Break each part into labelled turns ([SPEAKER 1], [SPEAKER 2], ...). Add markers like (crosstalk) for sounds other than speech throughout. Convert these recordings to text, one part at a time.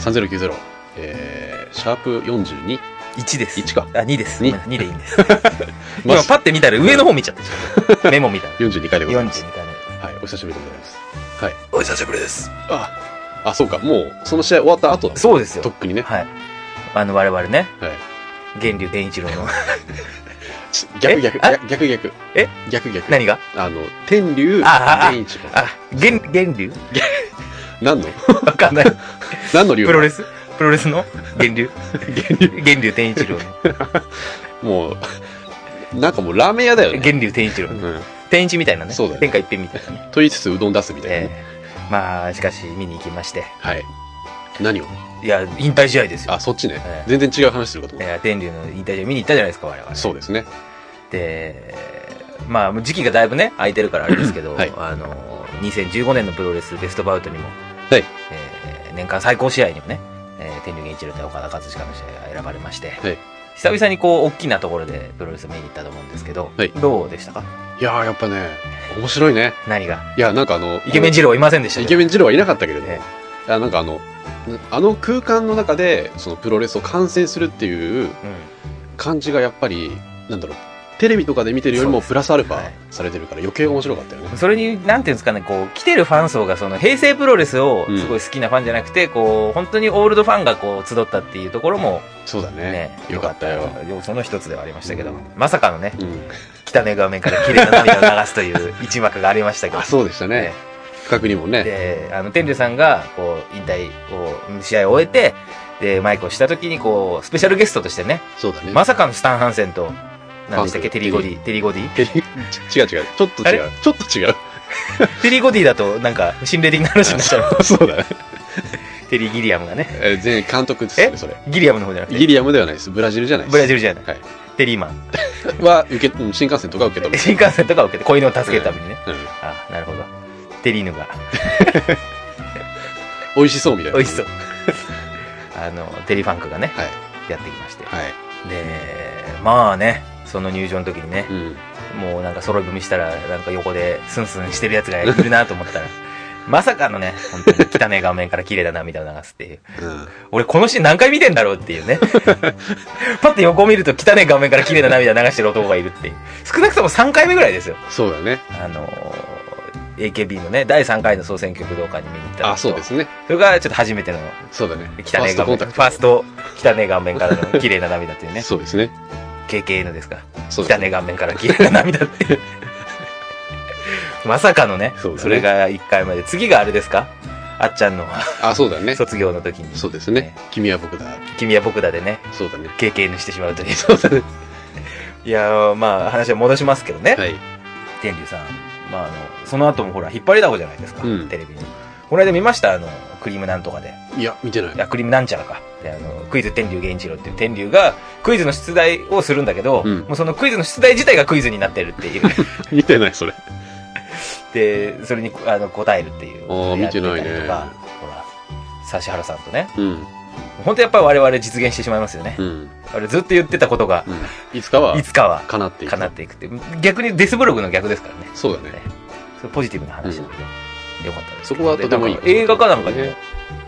[SPEAKER 1] 3090、えー、シャープ42。
[SPEAKER 2] 1です。
[SPEAKER 1] 1か
[SPEAKER 2] あ、2です。
[SPEAKER 1] 2
[SPEAKER 2] 2, 2でいいんです。今パッて見たら上の方見ちゃった。メモ見たら。
[SPEAKER 1] 42回でございます。
[SPEAKER 2] 42回目。
[SPEAKER 1] はい、お久しぶりでございます。はい。
[SPEAKER 2] お久しぶりです。
[SPEAKER 1] あ、あ、そうか、もう、その試合終わった後だ
[SPEAKER 2] そうですよ
[SPEAKER 1] と。っくにね。は
[SPEAKER 2] はい。あの、我々ね、
[SPEAKER 1] い。
[SPEAKER 2] 源流伝一郎の、
[SPEAKER 1] ち逆
[SPEAKER 2] え
[SPEAKER 1] 逆、
[SPEAKER 2] あ
[SPEAKER 1] 逆逆逆。
[SPEAKER 2] え
[SPEAKER 1] 逆逆。
[SPEAKER 2] (laughs) 何が
[SPEAKER 1] あの、天竜、
[SPEAKER 2] ああ
[SPEAKER 1] 天一郎。
[SPEAKER 2] あ、源、源流
[SPEAKER 1] 何の
[SPEAKER 2] わかんない。
[SPEAKER 1] 何の竜
[SPEAKER 2] プロレスプロレスの源流源流天一郎の。
[SPEAKER 1] もう、なんかもうラーメン屋だよね。
[SPEAKER 2] 源流天一郎
[SPEAKER 1] う
[SPEAKER 2] の。
[SPEAKER 1] ん。
[SPEAKER 2] 天一みたいなね。
[SPEAKER 1] そうだよ
[SPEAKER 2] 天下一品みたいなね。
[SPEAKER 1] と言いつ (laughs) つうどん出すみたいなね。
[SPEAKER 2] ええまあ、しかし、見に行きまして。
[SPEAKER 1] はい。何を
[SPEAKER 2] いや、引退試合ですよ。
[SPEAKER 1] あ、そっちね
[SPEAKER 2] え。
[SPEAKER 1] 全然違う話するかと思っ
[SPEAKER 2] えー天竜の引退試合見に行ったじゃないですか、我々。
[SPEAKER 1] た。そうですね。
[SPEAKER 2] で、まあ、もう時期がだいぶね、空いてるからあれですけど、
[SPEAKER 1] はい
[SPEAKER 2] あの、2015年のプロレスベストバウトにも、
[SPEAKER 1] はい
[SPEAKER 2] えー年間最高試合にもね、えー天竜源一郎対岡田和親の試合が選ばれまして、
[SPEAKER 1] はい
[SPEAKER 2] 久々にこう、大きなところでプロレス見に行ったと思うんですけど、
[SPEAKER 1] はい
[SPEAKER 2] どうでしたか
[SPEAKER 1] いやー、やっぱね、面白いね。
[SPEAKER 2] 何が
[SPEAKER 1] いや、なんかあの、
[SPEAKER 2] イケメン二郎いませんでした
[SPEAKER 1] イケ
[SPEAKER 2] ン
[SPEAKER 1] メン二郎はいなかったけれども、
[SPEAKER 2] え
[SPEAKER 1] いやなんかあの、あの空間の中で、そのプロレスを観戦するっていう感じがやっぱり、なんだろう、テレビとかで見てるより
[SPEAKER 2] そう
[SPEAKER 1] も
[SPEAKER 2] です
[SPEAKER 1] プラスアルフ
[SPEAKER 2] はい
[SPEAKER 1] ァされてるから余計面白かったよね
[SPEAKER 2] う。ん、それに、なんていうんですかね、こう、来てるファン層が、その、平成プロレスを、
[SPEAKER 1] うん
[SPEAKER 2] すごい好きなファンじゃなくて、こう、本当にオールドファンが、こう、集ったっていうところも、
[SPEAKER 1] そうだね。
[SPEAKER 2] ね、
[SPEAKER 1] よかったよ。
[SPEAKER 2] 要素の一つではありましたけど、
[SPEAKER 1] うん
[SPEAKER 2] まさかのね、
[SPEAKER 1] うん。
[SPEAKER 2] 汚い画面から綺麗な涙を流す
[SPEAKER 1] (laughs)
[SPEAKER 2] という一幕がありましたけど
[SPEAKER 1] あ、。そうでしたね。不覚にもね。
[SPEAKER 2] で、あの、天竜さんが、こう、引退を、試合を終えて、で、マイクをした時に、こう、スペシャルゲストとしてね、
[SPEAKER 1] そうだね。
[SPEAKER 2] まさかのスタン・ハンセンと、何でしたっけ、
[SPEAKER 1] ハンセ
[SPEAKER 2] テ
[SPEAKER 1] ン
[SPEAKER 2] リーゴディ、テリーゴディ
[SPEAKER 1] (laughs) 違う違う。ちょっと
[SPEAKER 2] あ
[SPEAKER 1] 違
[SPEAKER 2] れ
[SPEAKER 1] う。ちょっと違う。 (laughs)
[SPEAKER 2] テリーゴディだと、なんか、心霊的な話になっちゃう。
[SPEAKER 1] そうだね。
[SPEAKER 2] テリー・ギリアムがね、
[SPEAKER 1] えー全監督ですね、
[SPEAKER 2] え
[SPEAKER 1] それ。
[SPEAKER 2] ギリアムの方じゃなく
[SPEAKER 1] ギ
[SPEAKER 2] て、
[SPEAKER 1] リアムではないです。ブラジルじゃないです。
[SPEAKER 2] ブラジルじゃない、
[SPEAKER 1] はい
[SPEAKER 2] テリーマン。
[SPEAKER 1] は受け、うん新幹線とか受け止め
[SPEAKER 2] 新幹線とかを受けて、子犬を助けるためにね。
[SPEAKER 1] る。うん。
[SPEAKER 2] あ、なるほど。テリーヌが。
[SPEAKER 1] 美味しそうみたいな。
[SPEAKER 2] 美味し
[SPEAKER 1] (laughs)
[SPEAKER 2] そう。あの、テリファンクがね、
[SPEAKER 1] はい。
[SPEAKER 2] やってきまして。
[SPEAKER 1] はい。
[SPEAKER 2] で、まあね、その入場の時にね
[SPEAKER 1] う、ん。
[SPEAKER 2] もうなんか揃い踏みしたら、なんか横でスンスンしてるやつがいるなと思ったら、 (laughs) まさかのね、本当に汚い画面から綺麗な涙を流すっていう。
[SPEAKER 1] うん。
[SPEAKER 2] 俺このシーン何回見てんだろうって
[SPEAKER 1] (laughs)
[SPEAKER 2] いうね。パッて横を見ると汚い画面から綺麗な涙流してる男がいるっていう。少なくとも3回目ぐらいですよ。
[SPEAKER 1] そうだね。
[SPEAKER 2] あの AKB のね、第3回の総選挙武道館に見に行ったのと
[SPEAKER 1] あ、そうで。すね。
[SPEAKER 2] それがちょっと初めての
[SPEAKER 1] そうだね。フ
[SPEAKER 2] 汚
[SPEAKER 1] ァー
[SPEAKER 2] い
[SPEAKER 1] スト
[SPEAKER 2] 画
[SPEAKER 1] コ
[SPEAKER 2] 面。
[SPEAKER 1] ン
[SPEAKER 2] フ
[SPEAKER 1] タ
[SPEAKER 2] ァ
[SPEAKER 1] クト。
[SPEAKER 2] ースト、汚い顔面からの綺麗な涙っていうね。
[SPEAKER 1] そうですね。
[SPEAKER 2] KKN ですか。
[SPEAKER 1] そうだ
[SPEAKER 2] 汚
[SPEAKER 1] ね。
[SPEAKER 2] い顔面から綺麗な涙って
[SPEAKER 1] (laughs)
[SPEAKER 2] いう。まさかのね、
[SPEAKER 1] そう
[SPEAKER 2] そ
[SPEAKER 1] だね
[SPEAKER 2] れが1回まで。次があれですかあっちゃんの
[SPEAKER 1] あ、そうだね。
[SPEAKER 2] 卒業の時に、
[SPEAKER 1] そうですね。君は僕だ。
[SPEAKER 2] 君は僕だでね、
[SPEAKER 1] そうだね。
[SPEAKER 2] KKN してしまうという。
[SPEAKER 1] そうだね。
[SPEAKER 2] いやー、まあ話は戻しますけどね。
[SPEAKER 1] (laughs) はい。
[SPEAKER 2] 天竜さん。まああの、その後もほら、引っ張りだこじゃないですか。
[SPEAKER 1] うん
[SPEAKER 2] テレビに。この間見ましたあの、クリームなんとかで。
[SPEAKER 1] いや、見てない
[SPEAKER 2] い。や、クリームなんちゃらか。で、あの、クイズ天竜源一郎っていう天竜が、クイズの出題をするんだけど、
[SPEAKER 1] うん
[SPEAKER 2] もうそのクイズの出題自体がクイズになってる
[SPEAKER 1] (laughs)
[SPEAKER 2] っていう。
[SPEAKER 1] 見てない、それ。
[SPEAKER 2] で、それにあの答えるっていう。
[SPEAKER 1] あー見てないね
[SPEAKER 2] やってたりとかほら、指原さんとね。
[SPEAKER 1] うん。
[SPEAKER 2] 本当やっぱり我々実現してしまいますよね
[SPEAKER 1] う。ん。
[SPEAKER 2] あれずっと言ってたことが、、
[SPEAKER 1] うん。いつかはい
[SPEAKER 2] つかは、
[SPEAKER 1] 叶っていく。
[SPEAKER 2] 叶っていくっていう。逆にデスブログの逆ですからね。
[SPEAKER 1] そうだね。
[SPEAKER 2] そうポジティブな話なんで。よかったです。
[SPEAKER 1] そこはとてもいい
[SPEAKER 2] でなんか映画かなんかにも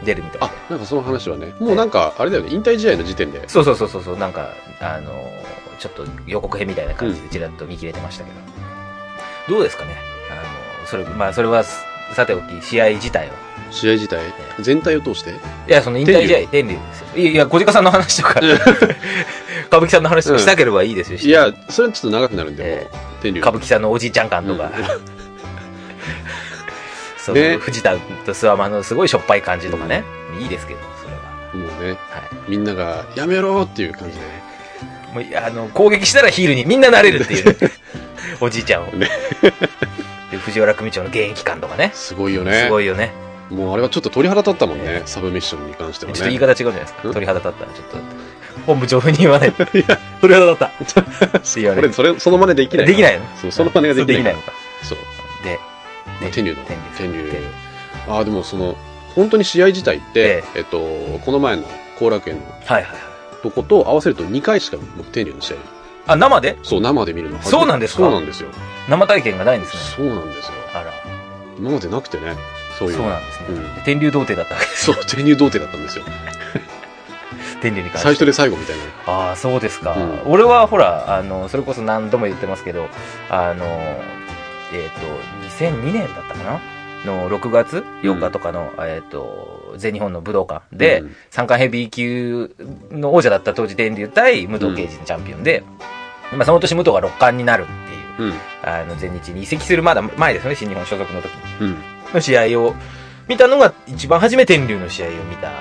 [SPEAKER 2] 出るみたい
[SPEAKER 1] あ
[SPEAKER 2] で。、
[SPEAKER 1] なんかその話はね。もうなんか、あれだよね。引退試合の時点で。
[SPEAKER 2] そうそうそうそうそう、なんか、あのーちょっと予告編みたいな感じでちらっと見切れてましたけど、どうですかね、あのそれ、まあ、それはささておき、試合自体は。
[SPEAKER 1] 試合自体、全体を通して。
[SPEAKER 2] いや、その引退試合、天竜ですよ。いやいや、小鹿さんの話とか、 (laughs) 歌舞伎さんの話とかしたければいいですよ、
[SPEAKER 1] いや、それはちょっと長くなるんで、
[SPEAKER 2] え
[SPEAKER 1] もう、天
[SPEAKER 2] ー
[SPEAKER 1] 竜。
[SPEAKER 2] 歌舞伎さんのおじいちゃん感とか、 (laughs) そう、
[SPEAKER 1] ね
[SPEAKER 2] 藤田と諏訪間のすごいしょっぱい感じとかね、いいですけど、それは。
[SPEAKER 1] もうね、
[SPEAKER 2] はい
[SPEAKER 1] みんなが、やめろっていう感じで。
[SPEAKER 2] もういやあの攻撃したらヒールにみんななれるっ
[SPEAKER 1] (laughs)
[SPEAKER 2] ていう、ね、おじいちゃんを、
[SPEAKER 1] ね
[SPEAKER 2] (laughs) で藤原組長の現役感とかね
[SPEAKER 1] すごいよね。
[SPEAKER 2] すごいよね
[SPEAKER 1] もうあれはちょっと鳥肌立ったもんね
[SPEAKER 2] え、
[SPEAKER 1] サブミッションに関して
[SPEAKER 2] ちょ
[SPEAKER 1] は
[SPEAKER 2] っ
[SPEAKER 1] ね。
[SPEAKER 2] と言い方違うじゃないですか
[SPEAKER 1] うん
[SPEAKER 2] 鳥肌立ったらちょっと本部長風に言わ
[SPEAKER 1] (laughs)
[SPEAKER 2] ない鳥肌立 (laughs) ったって言わ
[SPEAKER 1] こ
[SPEAKER 2] れ
[SPEAKER 1] れ、
[SPEAKER 2] る
[SPEAKER 1] それ、その真似できない。
[SPEAKER 2] できないの
[SPEAKER 1] そう、その真似ができない。
[SPEAKER 2] そうのか
[SPEAKER 1] そう。
[SPEAKER 2] で
[SPEAKER 1] まあ天竜の
[SPEAKER 2] 天竜
[SPEAKER 1] 天竜
[SPEAKER 2] 天竜
[SPEAKER 1] ああ、でもその、本当に試合自体って、えっと、この前の後楽園の
[SPEAKER 2] はいはいはい
[SPEAKER 1] とこと合わせると2回しか僕、天竜の試合、
[SPEAKER 2] あ生で
[SPEAKER 1] そう、生で見るの初めて
[SPEAKER 2] そうなんですか
[SPEAKER 1] そうなんですよ。
[SPEAKER 2] 生体験がないんですね
[SPEAKER 1] そうなんですよ。
[SPEAKER 2] あら
[SPEAKER 1] 今までなくてね、そういう。
[SPEAKER 2] そうなんですね、
[SPEAKER 1] うん
[SPEAKER 2] で天竜童貞だったわけです
[SPEAKER 1] そう、天竜童貞だったんですよ。
[SPEAKER 2] 天竜に関して
[SPEAKER 1] 最初で最後みたいな。
[SPEAKER 2] ああそうですか、
[SPEAKER 1] うん
[SPEAKER 2] 俺はほらあのそれこそ何度も言ってますけどあのえっ、と2002年だったかなの6月8日とかの、えっ、と全日本の武道館で、
[SPEAKER 1] うん
[SPEAKER 2] 三冠ヘビー級の王者だった当時天竜対武藤敬司のチャンピオンで、まあ、その年武藤が六冠になるっていう
[SPEAKER 1] うん。
[SPEAKER 2] あの前日に移籍するまだ前ですよね新日本所属の時に
[SPEAKER 1] うん。
[SPEAKER 2] の試合を見たのが一番初め天竜の試合を見た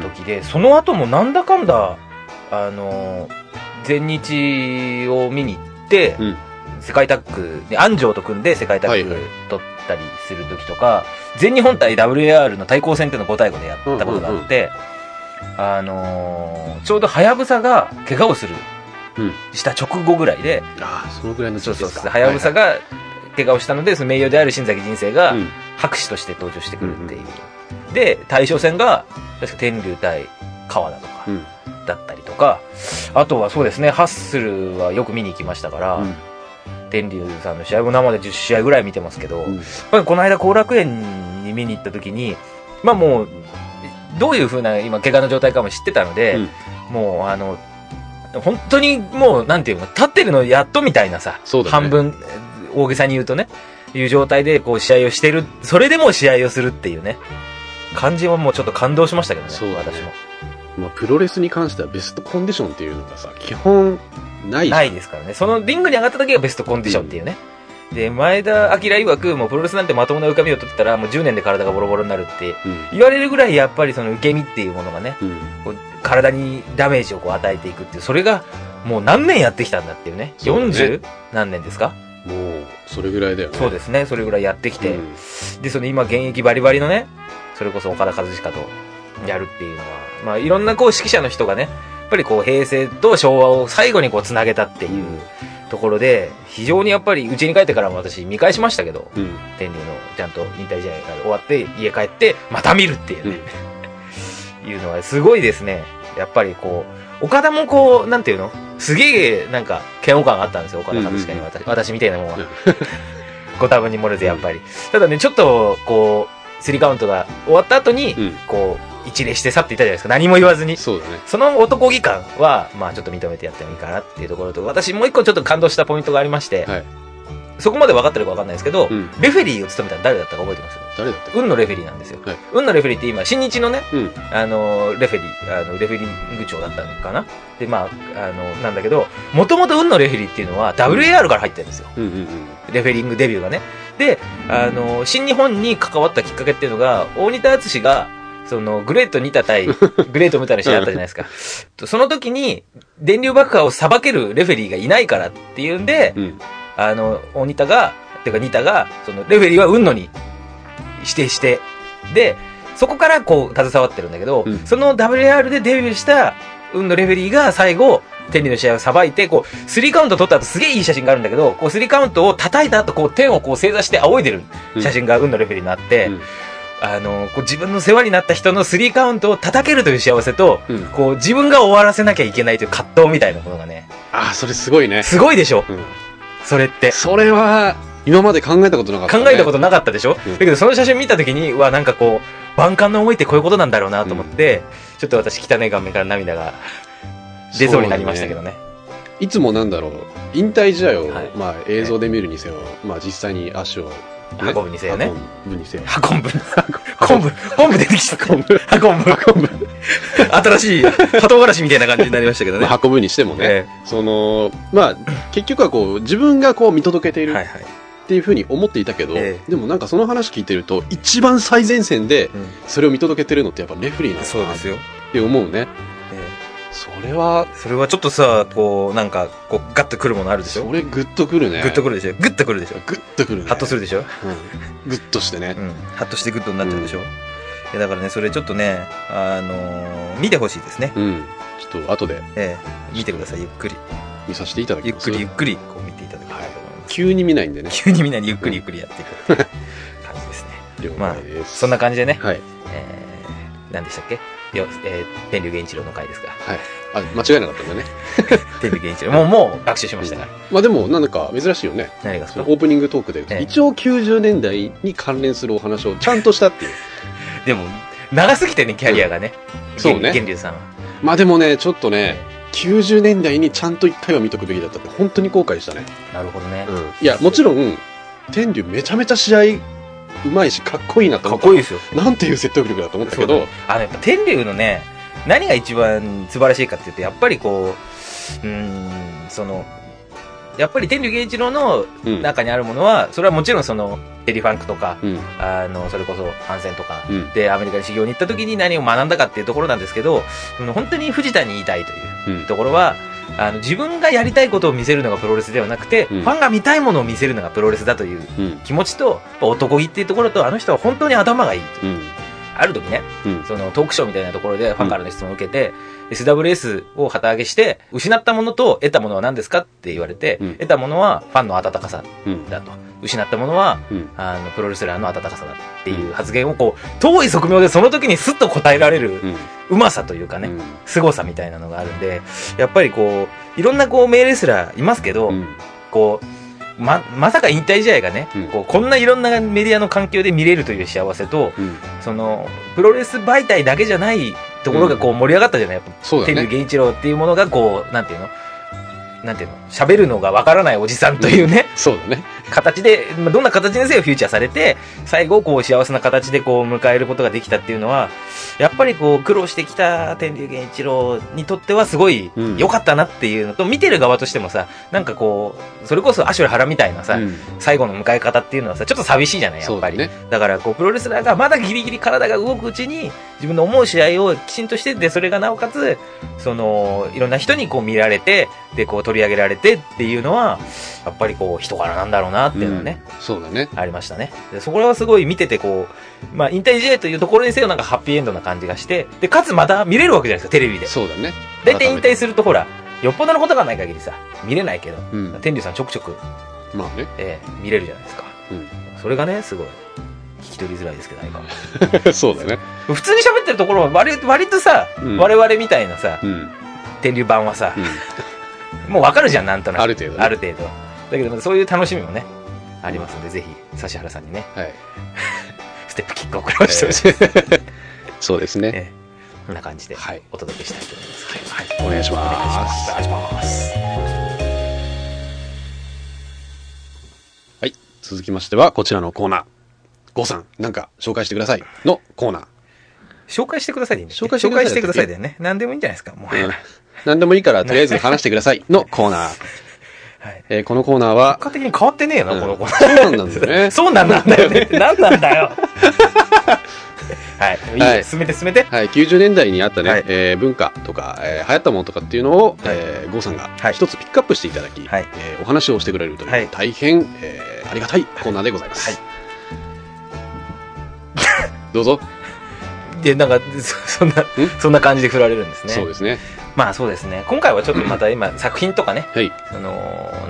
[SPEAKER 2] 時で、その後もなんだかんだあの全日を見に行って、
[SPEAKER 1] うん
[SPEAKER 2] 世界タッグで安城と組んで世界タッグ
[SPEAKER 1] はいはい
[SPEAKER 2] 取ったりする時とか、全日本対 WAR の対抗戦っていうのを5対5でやったことがあって、あのちょうどはやぶさが怪我をする、
[SPEAKER 1] うん
[SPEAKER 2] した直後ぐらいで
[SPEAKER 1] ああ、そのぐらいの時
[SPEAKER 2] そう
[SPEAKER 1] 期で
[SPEAKER 2] そう
[SPEAKER 1] す
[SPEAKER 2] そう
[SPEAKER 1] か。
[SPEAKER 2] はやぶさ
[SPEAKER 1] が。
[SPEAKER 2] が怪我をしたのでその名誉である新崎人生が、
[SPEAKER 1] うん
[SPEAKER 2] 博士として登場してくるっていう。で、大将戦が、確か天竜対川田とか
[SPEAKER 1] う、ん。
[SPEAKER 2] だったりとか、あとはそうですね、ハッスルはよく見に行きましたから、
[SPEAKER 1] うん
[SPEAKER 2] 天竜さんの試合も生で10試合ぐらい見てますけど、
[SPEAKER 1] うん
[SPEAKER 2] やっぱりこの間後楽園に見に行った時に、まあもう、どういう風な今怪我の状態かも知ってたので、もうあの、本当にもう、なんていうの、立ってるのやっとみたいなさ、
[SPEAKER 1] そうだね
[SPEAKER 2] 半分、大げさに言うとね、いう状態でこう試合をしてる、それでも試合をするっていうね、感じはもうちょっと感動しましたけどね、
[SPEAKER 1] そうだね
[SPEAKER 2] 私も。
[SPEAKER 1] まあ、プロレスに関してはベストコンディションっていうのがさ、基本ない。
[SPEAKER 2] ないですからね。そのリングに上がった時がベストコンディションっていうね。で、前田明曰く、もうプロレスなんてまともな受かみを取ったら、もう10年で体がボロボロになるって
[SPEAKER 1] うん。
[SPEAKER 2] 言われるぐらい、やっぱりその受け身っていうものがね、
[SPEAKER 1] うん。
[SPEAKER 2] こう体にダメージをこう与えていくっていう、それがもう何年やってきたんだっていうね。
[SPEAKER 1] そうだね
[SPEAKER 2] 40? 何年ですか
[SPEAKER 1] もう、それぐらいだよね。
[SPEAKER 2] そうですね。それぐらいやってきて。
[SPEAKER 1] うん
[SPEAKER 2] で、その今現役バリバリのね、それこそ岡田和親とやるっていうのは、まあいろんなこう指揮者の人がね、やっぱりこう平成と昭和を最後にこう繋げたっていうところで、非常にやっぱり家に帰ってからも私見返しましたけど、
[SPEAKER 1] うん。
[SPEAKER 2] 天竜のちゃんと引退試合が終わって家帰ってまた見るっていう
[SPEAKER 1] う
[SPEAKER 2] ね、
[SPEAKER 1] ん。
[SPEAKER 2] いうのはすごいですね。やっぱりこう、岡田もこう、なんていうのすげえなんか嫌悪感があったんですよ、岡田和親に私、私みたいなもんは
[SPEAKER 1] うん。
[SPEAKER 2] (laughs) ご多分に漏れずやっぱり。ただね、ちょっとこう、スリーカウントが終わった後に、
[SPEAKER 1] うん。
[SPEAKER 2] こう、一礼して去っていったじゃないですか。何も言わずに。
[SPEAKER 1] そうだね。
[SPEAKER 2] その男気感は、まあちょっと認めてやってもいいかなっていうところと、私もう一個ちょっと感動したポイントがありまして、
[SPEAKER 1] はい
[SPEAKER 2] そこまで分かってるか分かんないですけど、
[SPEAKER 1] うん。
[SPEAKER 2] レフェリーを務めたの誰だったか覚えてます
[SPEAKER 1] 誰だったっけ
[SPEAKER 2] 運のレフェリーなんですよ。
[SPEAKER 1] はい
[SPEAKER 2] 運のレフェリーって今、新日のね、
[SPEAKER 1] うん。
[SPEAKER 2] あの、レフェリー、あの、レフェリング長だったのかなで、まあ、あの、なんだけど、もともと運のレフェリーっていうのは WAR から入ってるんですよ。
[SPEAKER 1] うんうんうん。
[SPEAKER 2] レフェリングデビューがね。で、あの、新日本に関わったきっかけっていうのが、大仁田敦が、その、グレートニタ
[SPEAKER 1] (laughs)
[SPEAKER 2] 対、グレートムタの試合あったじゃないですか。その時に、電流爆破を裁けるレフェリーがいないからっていうんで、
[SPEAKER 1] うん。
[SPEAKER 2] あの、大仁田が、てかニタが、その、レフェリーは運のに指定して、で、そこからこう、携わってるんだけど、
[SPEAKER 1] うん
[SPEAKER 2] その WR でデビューした、運のレフェリーが最後、天理の試合をさばいて、こう、スリーカウント取った後すげえいい写真があるんだけど、こう、スリーカウントを叩いた後、こう、天をこう正座して仰いでる写真が運のレフェリーになって、
[SPEAKER 1] うん
[SPEAKER 2] あの、こう自分の世話になった人のスリーカウントを叩けるという幸せと、
[SPEAKER 1] うん。
[SPEAKER 2] こう、自分が終わらせなきゃいけないという葛藤みたいなものがね、
[SPEAKER 1] ああ、それすごいね。
[SPEAKER 2] すごいでしょ
[SPEAKER 1] うん。
[SPEAKER 2] それって。
[SPEAKER 1] それは、今まで考えたことなかった、ね。
[SPEAKER 2] 考えたことなかったでしょ、
[SPEAKER 1] うん
[SPEAKER 2] だけどその写真見た時に、うわ、なんかこう、万感の思いってこういうことなんだろうなと思って、ちょっと私汚い顔面から涙が出そうになりましたけどね。
[SPEAKER 1] いつもなんだろう、引退試合を、
[SPEAKER 2] はい
[SPEAKER 1] まあ映像で見るにせよ、まあ実際に足を、ね
[SPEAKER 2] 運ぶにせよね。
[SPEAKER 1] 運ぶにせよ。
[SPEAKER 2] (laughs) 運ぶ。昆布。昆布出てきた。
[SPEAKER 1] 運ぶ。
[SPEAKER 2] 運ぶ。
[SPEAKER 1] 運ぶ。
[SPEAKER 2] 新しい、鳩唐辛子みたいな感じになりましたけどね。
[SPEAKER 1] まあ運ぶにしてもね、
[SPEAKER 2] え
[SPEAKER 1] その、まあ結局はこう、自分がこう見届けてい
[SPEAKER 2] え
[SPEAKER 1] る
[SPEAKER 2] はい
[SPEAKER 1] っ
[SPEAKER 2] はい。
[SPEAKER 1] ていうふうに思っていたけど、
[SPEAKER 2] え
[SPEAKER 1] でもなんかその話聞いてると、一番最前線で
[SPEAKER 2] うん
[SPEAKER 1] それを見届けてるのってやっぱレフェリーなんだ
[SPEAKER 2] そう
[SPEAKER 1] な
[SPEAKER 2] で
[SPEAKER 1] っ
[SPEAKER 2] すよ。
[SPEAKER 1] て思うね。
[SPEAKER 2] え
[SPEAKER 1] それは
[SPEAKER 2] え、それはちょっとさ、こう、なんか、こう、ガッとくるものあるでし
[SPEAKER 1] そ
[SPEAKER 2] ょ
[SPEAKER 1] れグッとくるね。
[SPEAKER 2] グッとくるでしょグッとくるでしょ
[SPEAKER 1] グッとくるね。
[SPEAKER 2] ハッとするでしょ
[SPEAKER 1] うん。グッとしてね。
[SPEAKER 2] うん、ハッとしてグッドになってるでしょ、いやだからねそれちょっとねあのー見てほしいですね、
[SPEAKER 1] うん。ちょっと後で
[SPEAKER 2] ええ見てくださいゆっくり
[SPEAKER 1] 見させていただき
[SPEAKER 2] ゆっ
[SPEAKER 1] ます。
[SPEAKER 2] くりゆっくりこう見ていただければと思います、
[SPEAKER 1] 急に見ないんでね。
[SPEAKER 2] 急にみんなにゆっくりゆっくりやっていくっていう感じですね
[SPEAKER 1] 了
[SPEAKER 2] まあ
[SPEAKER 1] 解です。
[SPEAKER 2] そんな感じでね、
[SPEAKER 1] はい。
[SPEAKER 2] えー、何でしたっけよえー、天竜源一郎の回
[SPEAKER 1] (laughs)
[SPEAKER 2] ですか
[SPEAKER 1] はい。あ、間違いなかったんだね。
[SPEAKER 2] 天竜源一郎もうもう学習しましたから、
[SPEAKER 1] まあでも、なんか珍しいよね。
[SPEAKER 2] 何がです
[SPEAKER 1] そ
[SPEAKER 2] か
[SPEAKER 1] のオープニングトークで、
[SPEAKER 2] ええ
[SPEAKER 1] 一応90年代に関連するお話をちゃんとしたっていう。
[SPEAKER 2] でも長すぎてねキャリアがね、
[SPEAKER 1] そうね
[SPEAKER 2] 源流さんは
[SPEAKER 1] まあでもね、ちょっとね、90年代にちゃんと一回は見とくべきだったって、本当に後悔したね。
[SPEAKER 2] なるほどね。
[SPEAKER 1] うん。いや、もちろん、天竜めちゃめちゃ試合うまいし、かっこいいなと
[SPEAKER 2] か
[SPEAKER 1] 思
[SPEAKER 2] っ
[SPEAKER 1] った。
[SPEAKER 2] こいいですよ。
[SPEAKER 1] なんていう説得力だと思ったけど、
[SPEAKER 2] あの、やっぱ天竜のね、何が一番素晴らしいかっていうと、やっぱりこう、うーん、その、やっぱり天竜源一郎の
[SPEAKER 1] うん。
[SPEAKER 2] 中にあるものは、それはもちろんその、テリーファンクとか、
[SPEAKER 1] うん。
[SPEAKER 2] あの、それこそ、反戦とか、
[SPEAKER 1] うん。
[SPEAKER 2] で、アメリカに修行に行った時に何を学んだかっていうところなんですけど、その本当に藤田に言いたいという
[SPEAKER 1] うん。
[SPEAKER 2] ところは、あの、自分がやりたいことを見せるのがプロレスではなくて、
[SPEAKER 1] うん
[SPEAKER 2] ファンが見たいものを見せるのがプロレスだという
[SPEAKER 1] うん。
[SPEAKER 2] 気持ちと、やっぱ男気っていうところと、あの人は本当に頭がいいと。
[SPEAKER 1] うん。
[SPEAKER 2] ある時ね、
[SPEAKER 1] うん。
[SPEAKER 2] そのトークショーみたいなところでファンからの質問を受けて、SWS を旗揚げして、失ったものと得たものは何ですかって言われて、
[SPEAKER 1] うん
[SPEAKER 2] 得たものはファンの温かさ
[SPEAKER 1] うん。
[SPEAKER 2] だと。失ったものは、
[SPEAKER 1] うん
[SPEAKER 2] あの、プロレスラーの温かさだっていう発言をこう、遠い側面でその時にスッと答えられる
[SPEAKER 1] うん。
[SPEAKER 2] うまさというかね、
[SPEAKER 1] うん。
[SPEAKER 2] 凄さみたいなのがあるんで、やっぱりこう、いろんなこう名レスラーいますけど、
[SPEAKER 1] うん。
[SPEAKER 2] こう、ま、まさか引退試合がね、
[SPEAKER 1] うん
[SPEAKER 2] こうこんないろんなメディアの環境で見れるという幸せと、
[SPEAKER 1] うん。
[SPEAKER 2] そのプロレス媒体だけじゃないところがこう盛り上がったじゃない、やっぱ
[SPEAKER 1] そうだ
[SPEAKER 2] 天竜
[SPEAKER 1] ね。
[SPEAKER 2] 源一郎っていうものがこうなんていうのなんていうの喋るのがわからないおじさんというね、
[SPEAKER 1] そうだね。
[SPEAKER 2] 形で、まあ、どんな形にせよフューチャーされて、最後こう幸せな形でこう迎えることができたっていうのは、やっぱりこう苦労してきた天竜源一郎にとってはすごい
[SPEAKER 1] うん
[SPEAKER 2] 良かったなっていうのと、見てる側としてもさ、なんかこう、それこそアシュラハラみたいなさ、
[SPEAKER 1] うん
[SPEAKER 2] 最後の迎え方っていうのはさ、ちょっと寂しいじゃない、や
[SPEAKER 1] そ
[SPEAKER 2] っ
[SPEAKER 1] う
[SPEAKER 2] ぱ
[SPEAKER 1] だ
[SPEAKER 2] り。
[SPEAKER 1] ね。
[SPEAKER 2] だからこうプロレスラーがまだギリギリ体が動くうちに自分の思う試合をきちんとしてでそれがなおかつそのいろんな人にこう見られてでこう取り上げられてっていうのはやっぱりこう人柄なんだろうなっていうのはね、
[SPEAKER 1] うん。そうだね。
[SPEAKER 2] ありましたねでそこはすごい見ててこう、まあ、引退試合というところにせよなんかハッピーエンドな感じがしてでかつまた見れるわけじゃないですかテレビで
[SPEAKER 1] そうだね。
[SPEAKER 2] 大体引退するとほらよっぽどのことがない限りさ見れないけど
[SPEAKER 1] うん。
[SPEAKER 2] 天竜さんちょくちょく、
[SPEAKER 1] まあね。
[SPEAKER 2] ええ見れるじゃないですか、
[SPEAKER 1] うん
[SPEAKER 2] それがねすごい聞き取りづらいですけど何か
[SPEAKER 1] そうだね。
[SPEAKER 2] 普通に喋ってるところは割割とさ、
[SPEAKER 1] うん
[SPEAKER 2] 我々みたいなさ
[SPEAKER 1] うん。うん。
[SPEAKER 2] 天竜版はさ、もうわかるじゃんなんとなく
[SPEAKER 1] ある程度ね
[SPEAKER 2] ある程度だけどそういう楽しみもねありますんで、ぜひ指原さんにね
[SPEAKER 1] はい。
[SPEAKER 2] ステップキックを送らせてほしい、
[SPEAKER 1] そうですね。
[SPEAKER 2] ええこんな感じで
[SPEAKER 1] はい
[SPEAKER 2] お届けしたいと思いますけど、はい
[SPEAKER 1] お願いします
[SPEAKER 2] お願いします
[SPEAKER 1] 続きましては、こちらのコーナー。ゴーさん、なんか紹介してください。のコーナー。
[SPEAKER 2] 紹介してくださいでいいんだっけ
[SPEAKER 1] 紹介してください
[SPEAKER 2] 紹くださいだよね何でもいいんじゃないですかもう、
[SPEAKER 1] うん
[SPEAKER 2] はい、
[SPEAKER 1] 何でもいいから、とりあえず話してください。
[SPEAKER 2] (laughs)
[SPEAKER 1] のコーナー。えーこのコーナーは
[SPEAKER 2] 結、果的に変わってねえよな、
[SPEAKER 1] うん
[SPEAKER 2] この子
[SPEAKER 1] そうなんだよね
[SPEAKER 2] (laughs) そうなんなんだよねって何な
[SPEAKER 1] (laughs)
[SPEAKER 2] んだよはいいいよ、
[SPEAKER 1] はい
[SPEAKER 2] 進めて進めて
[SPEAKER 1] はい、90年代にあったね、
[SPEAKER 2] はい
[SPEAKER 1] えー文化とか、えー流行ったものとかっていうのを、えー、ゴーさんが
[SPEAKER 2] はい
[SPEAKER 1] 一つピックアップしていただき、
[SPEAKER 2] はい
[SPEAKER 1] えーお話をしてくれるという、
[SPEAKER 2] はい
[SPEAKER 1] 大変、えーありがたいコーナーでございます。
[SPEAKER 2] は
[SPEAKER 1] どうぞ、
[SPEAKER 2] で、なんか、 (laughs) そそんな、そんな感じで振られるんですね。
[SPEAKER 1] そうですね。
[SPEAKER 2] まあそうですね。今回はちょっとまた今、作品とかね、
[SPEAKER 1] はい、
[SPEAKER 2] その、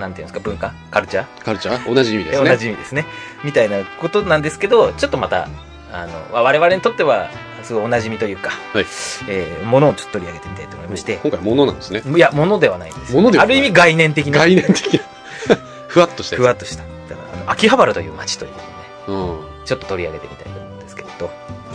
[SPEAKER 2] なんていうんですか、文化カルチャー
[SPEAKER 1] カルチャー、同じ意味です
[SPEAKER 2] 同
[SPEAKER 1] ね。
[SPEAKER 2] じ意味ですね。みたいなことなんですけど、ちょっとまた、あの、まあ我々にとっては、すごいおなじみというか、
[SPEAKER 1] はい
[SPEAKER 2] えーものをちょっと取り上げてみたいと思いまして、
[SPEAKER 1] 今回、ものなんですね。
[SPEAKER 2] いや、ものではないんです。
[SPEAKER 1] 物では
[SPEAKER 2] あ
[SPEAKER 1] な
[SPEAKER 2] る
[SPEAKER 1] い
[SPEAKER 2] 意味概念的な、
[SPEAKER 1] 概念的
[SPEAKER 2] (laughs)
[SPEAKER 1] な、ふわっとした
[SPEAKER 2] ふ
[SPEAKER 1] や
[SPEAKER 2] わっとした。だからあの秋葉原という街というのをね、
[SPEAKER 1] つ。うん
[SPEAKER 2] ちょっと取り上げてみたいと思うんですけど、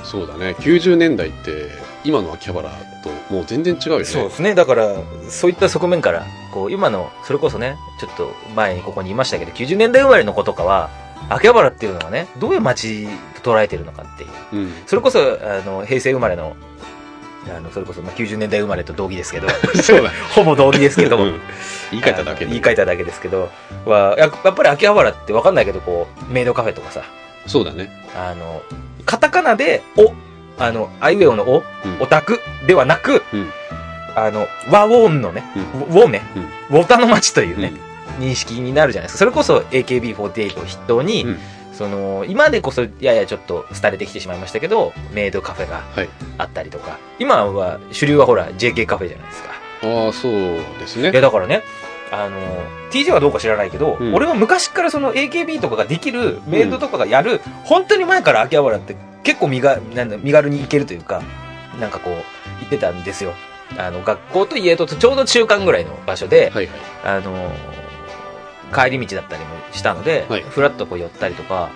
[SPEAKER 1] そうだね90年代って今の秋葉原ともう全然違うよね
[SPEAKER 2] そうですね。だから、そういった側面から、こう、今の、それこそね、ちょっと前にここにいましたけど、90年代生まれの子とかは、秋葉原っていうのはね、どういう街と捉えてるのかっていう。 (laughs)
[SPEAKER 1] うん、
[SPEAKER 2] それこそ、あの、平成生まれの、あの、それこそ、まあ、90年代生まれと同義ですけど、
[SPEAKER 1] そうだ
[SPEAKER 2] (laughs) ほぼ同義ですけど
[SPEAKER 1] う
[SPEAKER 2] も、
[SPEAKER 1] ん言い換えただけ
[SPEAKER 2] あ
[SPEAKER 1] で
[SPEAKER 2] の言い換えただけですけど、は、ややっぱり秋葉原ってわかんないけど、こう、メイドカフェとかさ、
[SPEAKER 1] そうだね
[SPEAKER 2] あの、カタカナで、お、あの、アイウェオのお、
[SPEAKER 1] うん
[SPEAKER 2] オタクではなく、
[SPEAKER 1] うん
[SPEAKER 2] あの、和ウォンのね、
[SPEAKER 1] う
[SPEAKER 2] ウォンね、ウォタの街という
[SPEAKER 1] うん
[SPEAKER 2] ね、認識になるじゃないですか。それこそ AKB48 を筆頭に、
[SPEAKER 1] うん
[SPEAKER 2] その、今でこそややちょっと廃れてきてしまいましたけど、メイドカフェが
[SPEAKER 1] はい
[SPEAKER 2] あったりとか、今は主流はほら JK カフェじゃないですか。
[SPEAKER 1] ああそうですね
[SPEAKER 2] いやだからね、あの、TJ はどうか知らないけど、
[SPEAKER 1] うん
[SPEAKER 2] 俺は昔からその AKB とかができる、メイドとかがやる、本当に前から秋葉原って結構身がなんだ身軽に行けるというか、なんかこう、行ってたんですよ。あの、学校と家とちょうど中間ぐらいの場所で、
[SPEAKER 1] はいはい
[SPEAKER 2] あの、帰り道だったりもしたので、
[SPEAKER 1] はい
[SPEAKER 2] ふらっとこう寄ったりとか、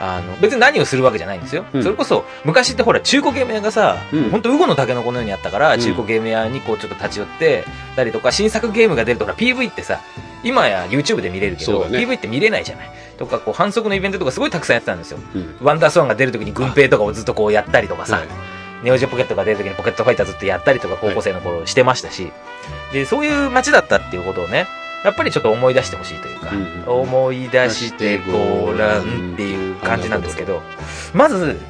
[SPEAKER 2] あの、別に何をするわけじゃないんですよ。
[SPEAKER 1] うん
[SPEAKER 2] それこそ、昔ってほら、中古ゲーム屋がさ、
[SPEAKER 1] うん
[SPEAKER 2] ほんと、ウゴの竹の子のようにあったから、
[SPEAKER 1] うん
[SPEAKER 2] 中古ゲーム屋にこう、ちょっと立ち寄って、たりとか、新作ゲームが出ると、ほら、PV ってさ、今や YouTube で見れるけ
[SPEAKER 1] そ
[SPEAKER 2] ど、
[SPEAKER 1] うだね
[SPEAKER 2] PV って見れないじゃない。とか、こう、反則のイベントとかすごいたくさんやってたんですよ。
[SPEAKER 1] うん
[SPEAKER 2] ワンダースワンが出るときに軍兵とかをずっとこうやったりとかさ、
[SPEAKER 1] はい
[SPEAKER 2] ネオジオポケットが出るときにポケットファイターずっとやったりとか高校生の頃してましたし、で、そういう街だったっていうことをね、やっぱりちょっと思い出してほしいというか、
[SPEAKER 1] うんうん
[SPEAKER 2] 思い出してごらんっていう感じなんですけど、まず、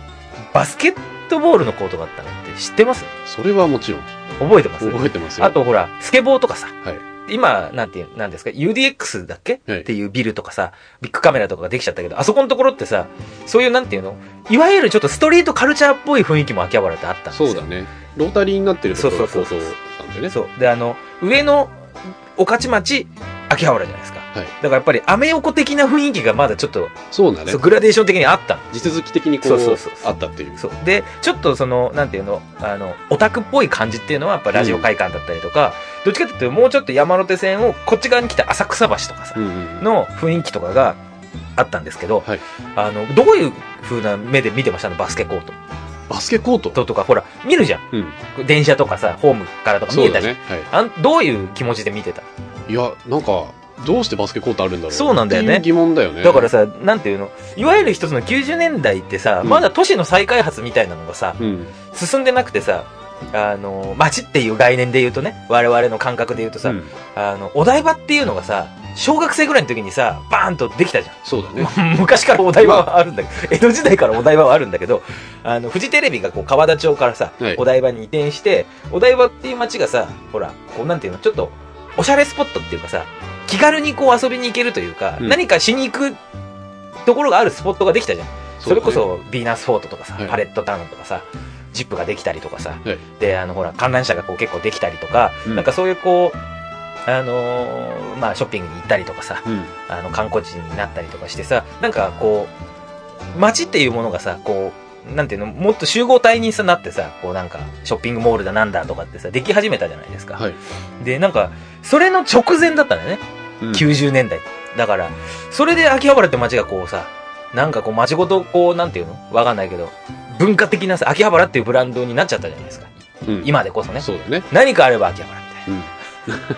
[SPEAKER 2] バスケットボールのコートがあったのって知ってます
[SPEAKER 1] それはもちろん
[SPEAKER 2] 覚えてます
[SPEAKER 1] 覚えてますよ
[SPEAKER 2] あとほら、スケボーとかさ、
[SPEAKER 1] はい
[SPEAKER 2] 今、なんていう、なんですか、UDX だっけ、
[SPEAKER 1] はい
[SPEAKER 2] っていうビルとかさ、ビッグカメラとかができちゃったけど、あそこのところってさ、そういうなんていうのいわゆるちょっとストリートカルチャーっぽい雰囲気も秋葉原ってあったんですよ。
[SPEAKER 1] そうだねロータリーになってるところが
[SPEAKER 2] そ
[SPEAKER 1] 高
[SPEAKER 2] うそ
[SPEAKER 1] 校
[SPEAKER 2] うそうそう
[SPEAKER 1] なんだよね
[SPEAKER 2] そう。で、あの、上の、御徒町、秋葉原じゃないですか。
[SPEAKER 1] はい
[SPEAKER 2] だからやっぱり、アメ横的な雰囲気がまだちょっと、
[SPEAKER 1] そうだね
[SPEAKER 2] そうグラデーション的にあったの
[SPEAKER 1] 地続き的にこ
[SPEAKER 2] そううそうそうそう
[SPEAKER 1] あったっていう
[SPEAKER 2] そう。で、ちょっとその、なんていうの、あの、オタクっぽい感じっていうのは、やっぱラジオ会館だったりとか、どっちかっていうと、もうちょっと山手線を、こっち側に来た浅草橋とかさ、
[SPEAKER 1] うんうんうん
[SPEAKER 2] の雰囲気とかがあったんですけど、
[SPEAKER 1] はい
[SPEAKER 2] あの、どういう風な目で見てましたのバスケコート
[SPEAKER 1] バスケコート
[SPEAKER 2] ととか、ほら、見るじゃん。
[SPEAKER 1] うん
[SPEAKER 2] 電車とかさ、ホームからとか見
[SPEAKER 1] そ
[SPEAKER 2] え
[SPEAKER 1] うだ
[SPEAKER 2] たじゃん。
[SPEAKER 1] ねは
[SPEAKER 2] あんどういう気持ちで見てた
[SPEAKER 1] いいやなんかどうしてバスケコートあるんだろう
[SPEAKER 2] そうなんだよね
[SPEAKER 1] っていう疑問だよね
[SPEAKER 2] だからさ、なんていうのいわゆる一つの90年代ってさ、
[SPEAKER 1] うん
[SPEAKER 2] まだ都市の再開発みたいなのがさ、
[SPEAKER 1] うん
[SPEAKER 2] 進んでなくてさ、あの、街っていう概念で言うとね、我々の感覚で言うとさ、
[SPEAKER 1] うん
[SPEAKER 2] あの、お台場っていうのがさ、小学生ぐらいの時にさ、バーンとできたじゃん。
[SPEAKER 1] そうだね
[SPEAKER 2] (laughs) 昔からお台場はあるんだけど、江戸 (laughs) 時代からお台場はあるんだけど、あの、フジテレビがこう、川田町からさ、
[SPEAKER 1] はい
[SPEAKER 2] お台場に移転して、お台場っていう街がさ、ほら、こうなんていうの、ちょっと、おしゃれスポットっていうかさ、気軽にこう遊びに行けるというか、
[SPEAKER 1] うん
[SPEAKER 2] 何かしに行くところがあるスポットができたじゃん。
[SPEAKER 1] う
[SPEAKER 2] そ,、
[SPEAKER 1] だね
[SPEAKER 2] れこそ、ヴィーナスフォートとかさ、
[SPEAKER 1] はい
[SPEAKER 2] パレットタウンとかさ、ジップができたりとかさ、
[SPEAKER 1] はい
[SPEAKER 2] で、あの、ほら、観覧車がこう結構できたりとか、
[SPEAKER 1] うん
[SPEAKER 2] なんかそういうこう、あのーまあ、ショッピングに行ったりとかさ、
[SPEAKER 1] うん
[SPEAKER 2] あの、観光地になったりとかしてさ、なんかこう、街っていうものがさ、こう、なんていうの、もっと集合体にさなってさ、こうなんか、ショッピングモールだなんだとかってさ、でき始めたじゃないですか。
[SPEAKER 1] はい
[SPEAKER 2] で、なんか、それの直前だったんだよね。
[SPEAKER 1] うん
[SPEAKER 2] 90年代。だから、それで秋葉原って街がこうさ、なんかこう街ごとこう、なんていうのわかんないけど、文化的なさ、秋葉原っていうブランドになっちゃったじゃないですか。
[SPEAKER 1] うん
[SPEAKER 2] 今でこそね。
[SPEAKER 1] そうだね
[SPEAKER 2] 何かあれば秋葉原みた
[SPEAKER 1] う
[SPEAKER 2] いな。
[SPEAKER 1] ん (laughs)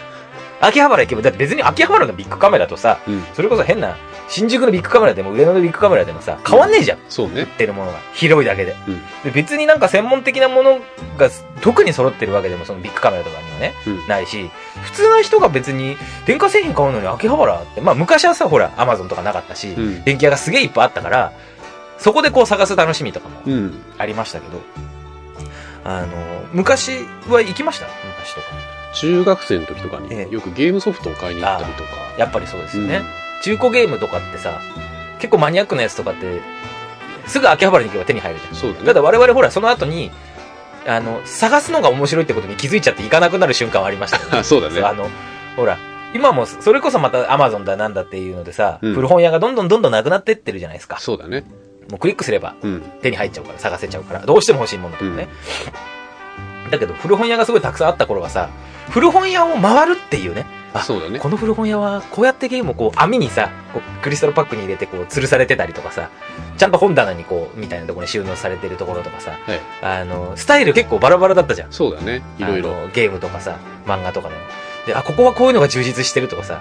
[SPEAKER 2] 秋葉原行けば、だって別に秋葉原のビッグカメラとさ、
[SPEAKER 1] うん
[SPEAKER 2] それこそ変な、新宿のビッグカメラでも上野のビッグカメラでもさ、変わんねえじゃん。
[SPEAKER 1] そうね
[SPEAKER 2] 売ってるものが。広いだけで。
[SPEAKER 1] うん
[SPEAKER 2] で、別になんか専門的なものが特に揃ってるわけでも、そのビッグカメラとかにはね、
[SPEAKER 1] うん
[SPEAKER 2] ないし、普通の人が別に電化製品買うのに秋葉原って、まあ昔はさ、ほら、アマゾンとかなかったし、
[SPEAKER 1] うん
[SPEAKER 2] 電気屋がすげえいっぱいあったから、そこでこう探す楽しみとかも
[SPEAKER 1] うん
[SPEAKER 2] ありましたけど、あの、昔は行きました昔とか。
[SPEAKER 1] 中学生の時とか
[SPEAKER 2] ええ
[SPEAKER 1] によくゲームソフトを買いに行ったりとか
[SPEAKER 2] やっぱりそうですよね。
[SPEAKER 1] うん
[SPEAKER 2] 中古ゲームとかってさ、結構マニアックなやつとかって、すぐ秋葉原に行けば手に入るじゃん。
[SPEAKER 1] そうだね
[SPEAKER 2] ただ我々ほら、その後に、あの、探すのが面白いってことに気づいちゃって行かなくなる瞬間はありましたよね。
[SPEAKER 1] あそうだね
[SPEAKER 2] あの、ほら、今も、それこそまたアマゾンだなんだっていうのでさ、
[SPEAKER 1] うん
[SPEAKER 2] 古本屋がどんどんどんどんなくなってってるじゃないですか。
[SPEAKER 1] そうだね
[SPEAKER 2] もうクリックすれば
[SPEAKER 1] うん
[SPEAKER 2] 手に入っちゃうから、探せちゃうから、どうしても欲しいものとかね。だけど、古本屋がすごいたくさんあった頃はさ、古本屋を回るっていうね、あ
[SPEAKER 1] そうだね
[SPEAKER 2] この古本屋はこうやってゲームをこう網にさこうクリスタルパックに入れてこう吊るされてたりとかさちゃんと本棚にこうみたいなところに収納されてるところとかさ、
[SPEAKER 1] はい
[SPEAKER 2] あのスタイル結構バラバラだったじゃん
[SPEAKER 1] そうだねいろいろ
[SPEAKER 2] あのゲームとかさ漫画とかでもであここはこういうのが充実してるとかさ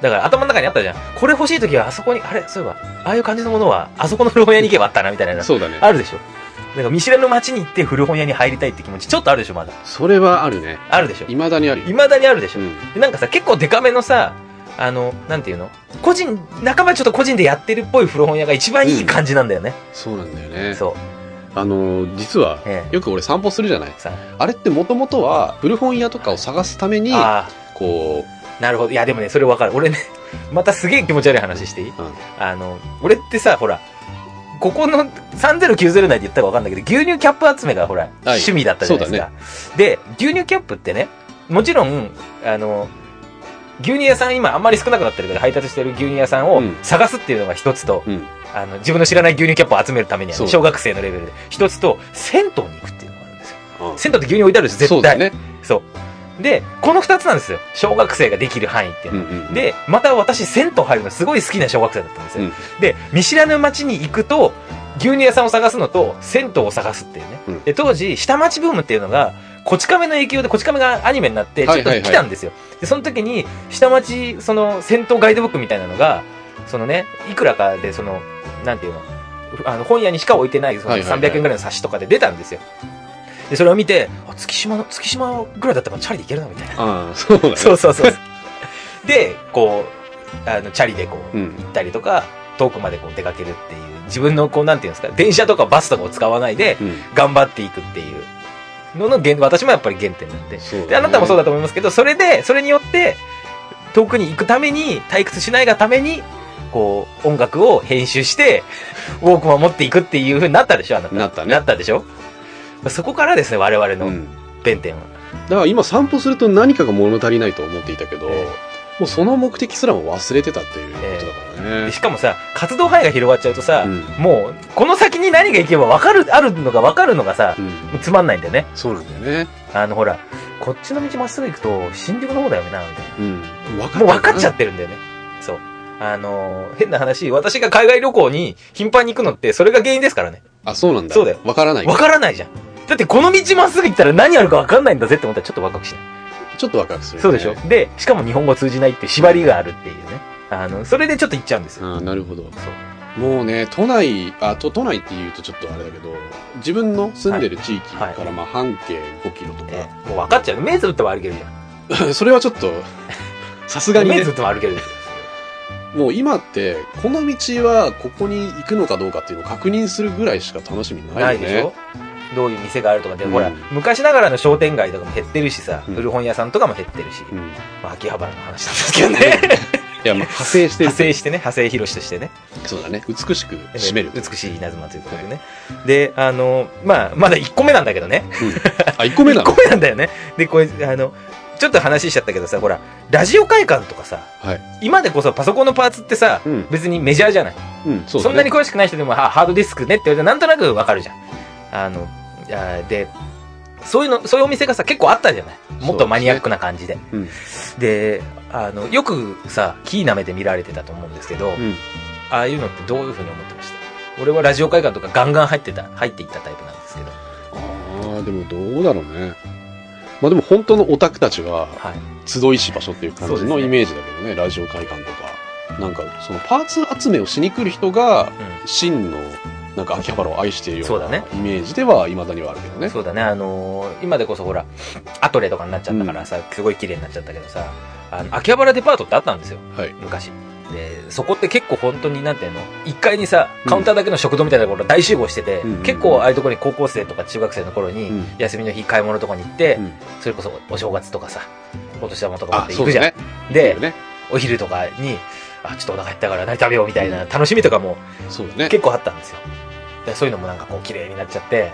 [SPEAKER 2] だから頭の中にあったじゃんこれ欲しい時はあそこにあれそういえばああいう感じのものはあそこの古本屋に行けばあったなみたいな
[SPEAKER 1] そうだね
[SPEAKER 2] あるでしょなんか見知らぬ街に行って古本屋に入りたいって気持ちちょっとあるでしょまだ
[SPEAKER 1] それはあるね
[SPEAKER 2] あるでしょ
[SPEAKER 1] いまだにある
[SPEAKER 2] 未だにあるでしょ
[SPEAKER 1] うん
[SPEAKER 2] でなんかさ、結構デカめのさ、あの、なんていうの個人、仲間ちょっと個人でやってるっぽい古本屋が一番いい感じなんだよね。
[SPEAKER 1] そうなんだよね
[SPEAKER 2] そう。
[SPEAKER 1] あの実は
[SPEAKER 2] ええ
[SPEAKER 1] よく俺散歩するじゃない
[SPEAKER 2] さ
[SPEAKER 1] あれってもともとは古本屋とかを探すために
[SPEAKER 2] あ
[SPEAKER 1] こ
[SPEAKER 2] あ、なるほど。いや、でもね、それわかる。俺ね、 (laughs) またすげえ気持ち悪い話していい、
[SPEAKER 1] ん
[SPEAKER 2] あの、俺ってさ、ほら、ここの3090内で言ったかわかんないけど、牛乳キャップ集めがほら、趣味だったじゃないですか。で、牛乳キャップってね、もちろん、あの、牛乳屋さん今あんまり少なくなってるから配達してる牛乳屋さん
[SPEAKER 1] う
[SPEAKER 2] を
[SPEAKER 1] ん
[SPEAKER 2] 探すっていうのが一つと、
[SPEAKER 1] う、うん、
[SPEAKER 2] あの、自分の知らない牛乳キャップを集めるためにはね、
[SPEAKER 1] そう
[SPEAKER 2] 小学生のレベルで。一つと、銭湯に行くっていうのがあるんですよ。
[SPEAKER 1] うん
[SPEAKER 2] 銭湯って牛乳置いてあるでし
[SPEAKER 1] そ
[SPEAKER 2] ょ、絶
[SPEAKER 1] うだ
[SPEAKER 2] 対。
[SPEAKER 1] ね
[SPEAKER 2] そう。で、この二つなんですよ。小学生ができる範囲っていう
[SPEAKER 1] う
[SPEAKER 2] の
[SPEAKER 1] ん
[SPEAKER 2] は。
[SPEAKER 1] うんうん、
[SPEAKER 2] で、また私、銭湯入るのすごい好きな小学生だったんですよ。
[SPEAKER 1] うん
[SPEAKER 2] で、見知らぬ町に行くと、牛乳屋さんを探すのと、銭湯を探すっていうね。
[SPEAKER 1] うん
[SPEAKER 2] で、当時、下町ブームっていうのが、こち亀の影響でこち亀がアニメになって、ち
[SPEAKER 1] は
[SPEAKER 2] ょっ
[SPEAKER 1] い
[SPEAKER 2] と
[SPEAKER 1] はいはい
[SPEAKER 2] 来たんですよ。で、その時に、下町、その、銭湯ガイドブックみたいなのが、そのね、いくらかで、その、なんていうの、あの、本屋にしか置いてない、その
[SPEAKER 1] はいはいはい
[SPEAKER 2] 300円ぐらいの冊子とかで出たんですよ。で、それを見て、あ、月島の、月島ぐらいだったらチャリで行けるな、みたいな。
[SPEAKER 1] ああ、そうだね。
[SPEAKER 2] そうそうそうそう。 (laughs) で、こう、あの、チャリでこう、
[SPEAKER 1] う
[SPEAKER 2] 行
[SPEAKER 1] ん。
[SPEAKER 2] ったりとか、遠くまでこう出かけるっていう、自分のこう、なんていうんですか、電車とかバスとかを使わないで、
[SPEAKER 1] うん。
[SPEAKER 2] 頑張っていくっていうのの原、私もやっぱり原点なんで。
[SPEAKER 1] そうだね
[SPEAKER 2] で、あなたもそうだと思いますけど、それで、それによって、遠くに行くために、退屈しないがために、こう、音楽を編集して、ウォークマンを持っていくっていう風になったでしょ、あなた。
[SPEAKER 1] なったね
[SPEAKER 2] なったでしょそこからですね、我々
[SPEAKER 1] う
[SPEAKER 2] の
[SPEAKER 1] ん。
[SPEAKER 2] 原点は。
[SPEAKER 1] だから今散歩すると何かが物足りないと思っていたけど、
[SPEAKER 2] ええ
[SPEAKER 1] もうその目的すらも忘れてたっていうことだから
[SPEAKER 2] で
[SPEAKER 1] ね。
[SPEAKER 2] しかもさ、活動範囲が広がっちゃうとさ、
[SPEAKER 1] うん
[SPEAKER 2] もう、この先に何がいけば分かる、あるのが分かるのがさ
[SPEAKER 1] う、ん。
[SPEAKER 2] つまんないんだよね。
[SPEAKER 1] そうなんだよね。
[SPEAKER 2] あの、ほら、こっちの道まっすぐ行くと、新宿の方だよな、みたい
[SPEAKER 1] うん。分
[SPEAKER 2] な。もう分かっちゃ
[SPEAKER 1] た
[SPEAKER 2] ってるんだよね。そう。あのー変な話、私が海外旅行に頻繁に行くのって、それが原因ですからね。
[SPEAKER 1] あ、そうなんだ。
[SPEAKER 2] そうだよ
[SPEAKER 1] 分からない。
[SPEAKER 2] 分からないじゃん。だって、この道まっすぐ行ったら何あるか分かんないんだぜって思ったら、ちょっとワクワクしない。
[SPEAKER 1] ちょっと若くする、
[SPEAKER 2] そうでしょ。で、しかも日本語通じないっていう縛りがあるっていうね。あの、それでちょっと行っちゃうんですよ。
[SPEAKER 1] ああ、なるほど。
[SPEAKER 2] そう。
[SPEAKER 1] もうね、都内、あ、と、都内って言うとちょっとあれだけど、自分の住んでる地域か
[SPEAKER 2] はいは
[SPEAKER 1] ら、
[SPEAKER 2] い
[SPEAKER 1] まあ、半径5キロと
[SPEAKER 2] え
[SPEAKER 1] か、
[SPEAKER 2] えもう分かっちゃう。目つぶっても歩けるじゃ
[SPEAKER 1] (laughs)
[SPEAKER 2] ん。
[SPEAKER 1] それはちょ
[SPEAKER 2] (laughs)
[SPEAKER 1] っと、さすがに
[SPEAKER 2] 目
[SPEAKER 1] ね
[SPEAKER 2] つぶ、っても歩ける。
[SPEAKER 1] もう今って、この道はここに行くのかどうかっていうのを確認するぐらいしか楽しみないよね。
[SPEAKER 2] ないでしょどういう店があるとかで、
[SPEAKER 1] うん
[SPEAKER 2] ほら昔ながらの商店街とかも減ってるしさ、
[SPEAKER 1] うん
[SPEAKER 2] 古本屋さんとかも減ってるし、
[SPEAKER 1] うん。
[SPEAKER 2] まあ、秋葉原の話なんですけど
[SPEAKER 1] (laughs)
[SPEAKER 2] ね
[SPEAKER 1] いや、まあ、派生してる
[SPEAKER 2] 派。生してね派生広しとしてね
[SPEAKER 1] そうだね。美しく締める。
[SPEAKER 2] 美しい稲妻ということでね、であのまあまだ1個目なんだけどね
[SPEAKER 1] あ、1個目な
[SPEAKER 2] 1
[SPEAKER 1] の
[SPEAKER 2] 個目なんだよねでこれあのちょっと話しちゃったけどさほらラジオ会館とかさ
[SPEAKER 1] はい。
[SPEAKER 2] 今でこそパソコンのパーツってさ
[SPEAKER 1] うん。
[SPEAKER 2] 別にメジャーじゃない
[SPEAKER 1] うん、そうだ
[SPEAKER 2] そ
[SPEAKER 1] ね。
[SPEAKER 2] んなに詳しくない人でも、あハードディスクねって言われてなんとなくわかるじゃん。あの、あで、そういうの、そういうお店がさ、結構あったじゃないもっとマニアックな感じで。
[SPEAKER 1] そうで
[SPEAKER 2] で、あの、よくさ、キーな目で見られてたと思うんですけど、
[SPEAKER 1] うん。
[SPEAKER 2] ああいうのってどういうふうに思ってました俺はラジオ会館とかガンガン入ってた、入っていったタイプなんですけど。
[SPEAKER 1] ああ、でもどうだろうね。まあでも本当のオタクたちが
[SPEAKER 2] はい。
[SPEAKER 1] 集いし場所っていう感
[SPEAKER 2] そ
[SPEAKER 1] じ
[SPEAKER 2] うです
[SPEAKER 1] の
[SPEAKER 2] ね
[SPEAKER 1] イメージだけどね、ラジオ会館とか。なんか、そのパーツ集めをしに来る人が、
[SPEAKER 2] う
[SPEAKER 1] 真の、なんか秋葉原を愛しているよ
[SPEAKER 2] そう
[SPEAKER 1] う
[SPEAKER 2] だ
[SPEAKER 1] な
[SPEAKER 2] ね
[SPEAKER 1] イメージでは未だにはあるけどね
[SPEAKER 2] ん。。そうだね、あのー今でこそほら、アトレとかになっちゃったからさ、すごい綺麗になっちゃったけどさ、あの、秋葉原デパートってあったんですよ。
[SPEAKER 1] はい。
[SPEAKER 2] 昔でそこって結構本当になんていうの1階にさカウンターだけの食堂みたいなところ大集合してて、
[SPEAKER 1] うん
[SPEAKER 2] 結構ああいうところに高校生とか中学生の頃に、
[SPEAKER 1] うん
[SPEAKER 2] 休みの日買い物とかに行って、
[SPEAKER 1] うん
[SPEAKER 2] それこそお正月とかさお年玉とか持っ
[SPEAKER 1] あ、
[SPEAKER 2] て
[SPEAKER 1] そ
[SPEAKER 2] 行
[SPEAKER 1] う
[SPEAKER 2] くじ
[SPEAKER 1] だ
[SPEAKER 2] ゃん、
[SPEAKER 1] ね。いい
[SPEAKER 2] で
[SPEAKER 1] よね。
[SPEAKER 2] お昼とかにあちょっとお腹減ったから何食べようみたいな楽しみとかも
[SPEAKER 1] そうだね。
[SPEAKER 2] 結構あったんですよでそういうのもなんかこう綺麗になっちゃって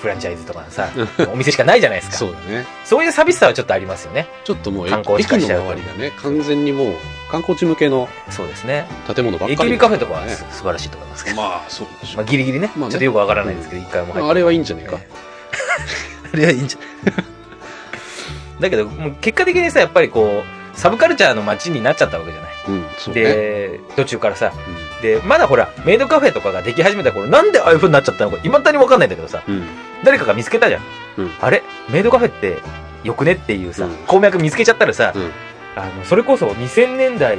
[SPEAKER 2] フランチャイズとかさお店しかないじゃないですか
[SPEAKER 1] (laughs) そ
[SPEAKER 2] そう
[SPEAKER 1] だね。
[SPEAKER 2] ういう寂しさはちょっとありますよね
[SPEAKER 1] ちょっともう駅
[SPEAKER 2] 観光地化
[SPEAKER 1] 駅
[SPEAKER 2] し
[SPEAKER 1] の
[SPEAKER 2] ちゃう
[SPEAKER 1] 周りがね、完全にもう観光地向けの
[SPEAKER 2] そうですね
[SPEAKER 1] 建物ばっかり。
[SPEAKER 2] AKB カフェとかはす素晴らしいと思いますけど、
[SPEAKER 1] まあ、そうでしょ
[SPEAKER 2] まあ、。ギリギリね,、
[SPEAKER 1] まあね
[SPEAKER 2] ちょっとよくわからないですけど一回も入って
[SPEAKER 1] まああれはいいんじゃないか。
[SPEAKER 2] (laughs) あれはいいんじゃ (laughs) だけど、もう結果的にさ、やっぱりこう、サブカルチャーの街になっちゃったわけじゃない。
[SPEAKER 1] うん、そうね。
[SPEAKER 2] で、途中からさ、
[SPEAKER 1] うん
[SPEAKER 2] で、まだほら、メイドカフェとかができ始めた頃、なんでああいう風になっちゃったのか、いまだにわかんないんだけどさ、
[SPEAKER 1] うん、
[SPEAKER 2] 誰かが見つけたじゃん。
[SPEAKER 1] うん
[SPEAKER 2] あれメイドカフェって、よくねっていうさ、
[SPEAKER 1] うん
[SPEAKER 2] 鉱脈見つけちゃったらさ、
[SPEAKER 1] うん
[SPEAKER 2] あの、それこそ2000年代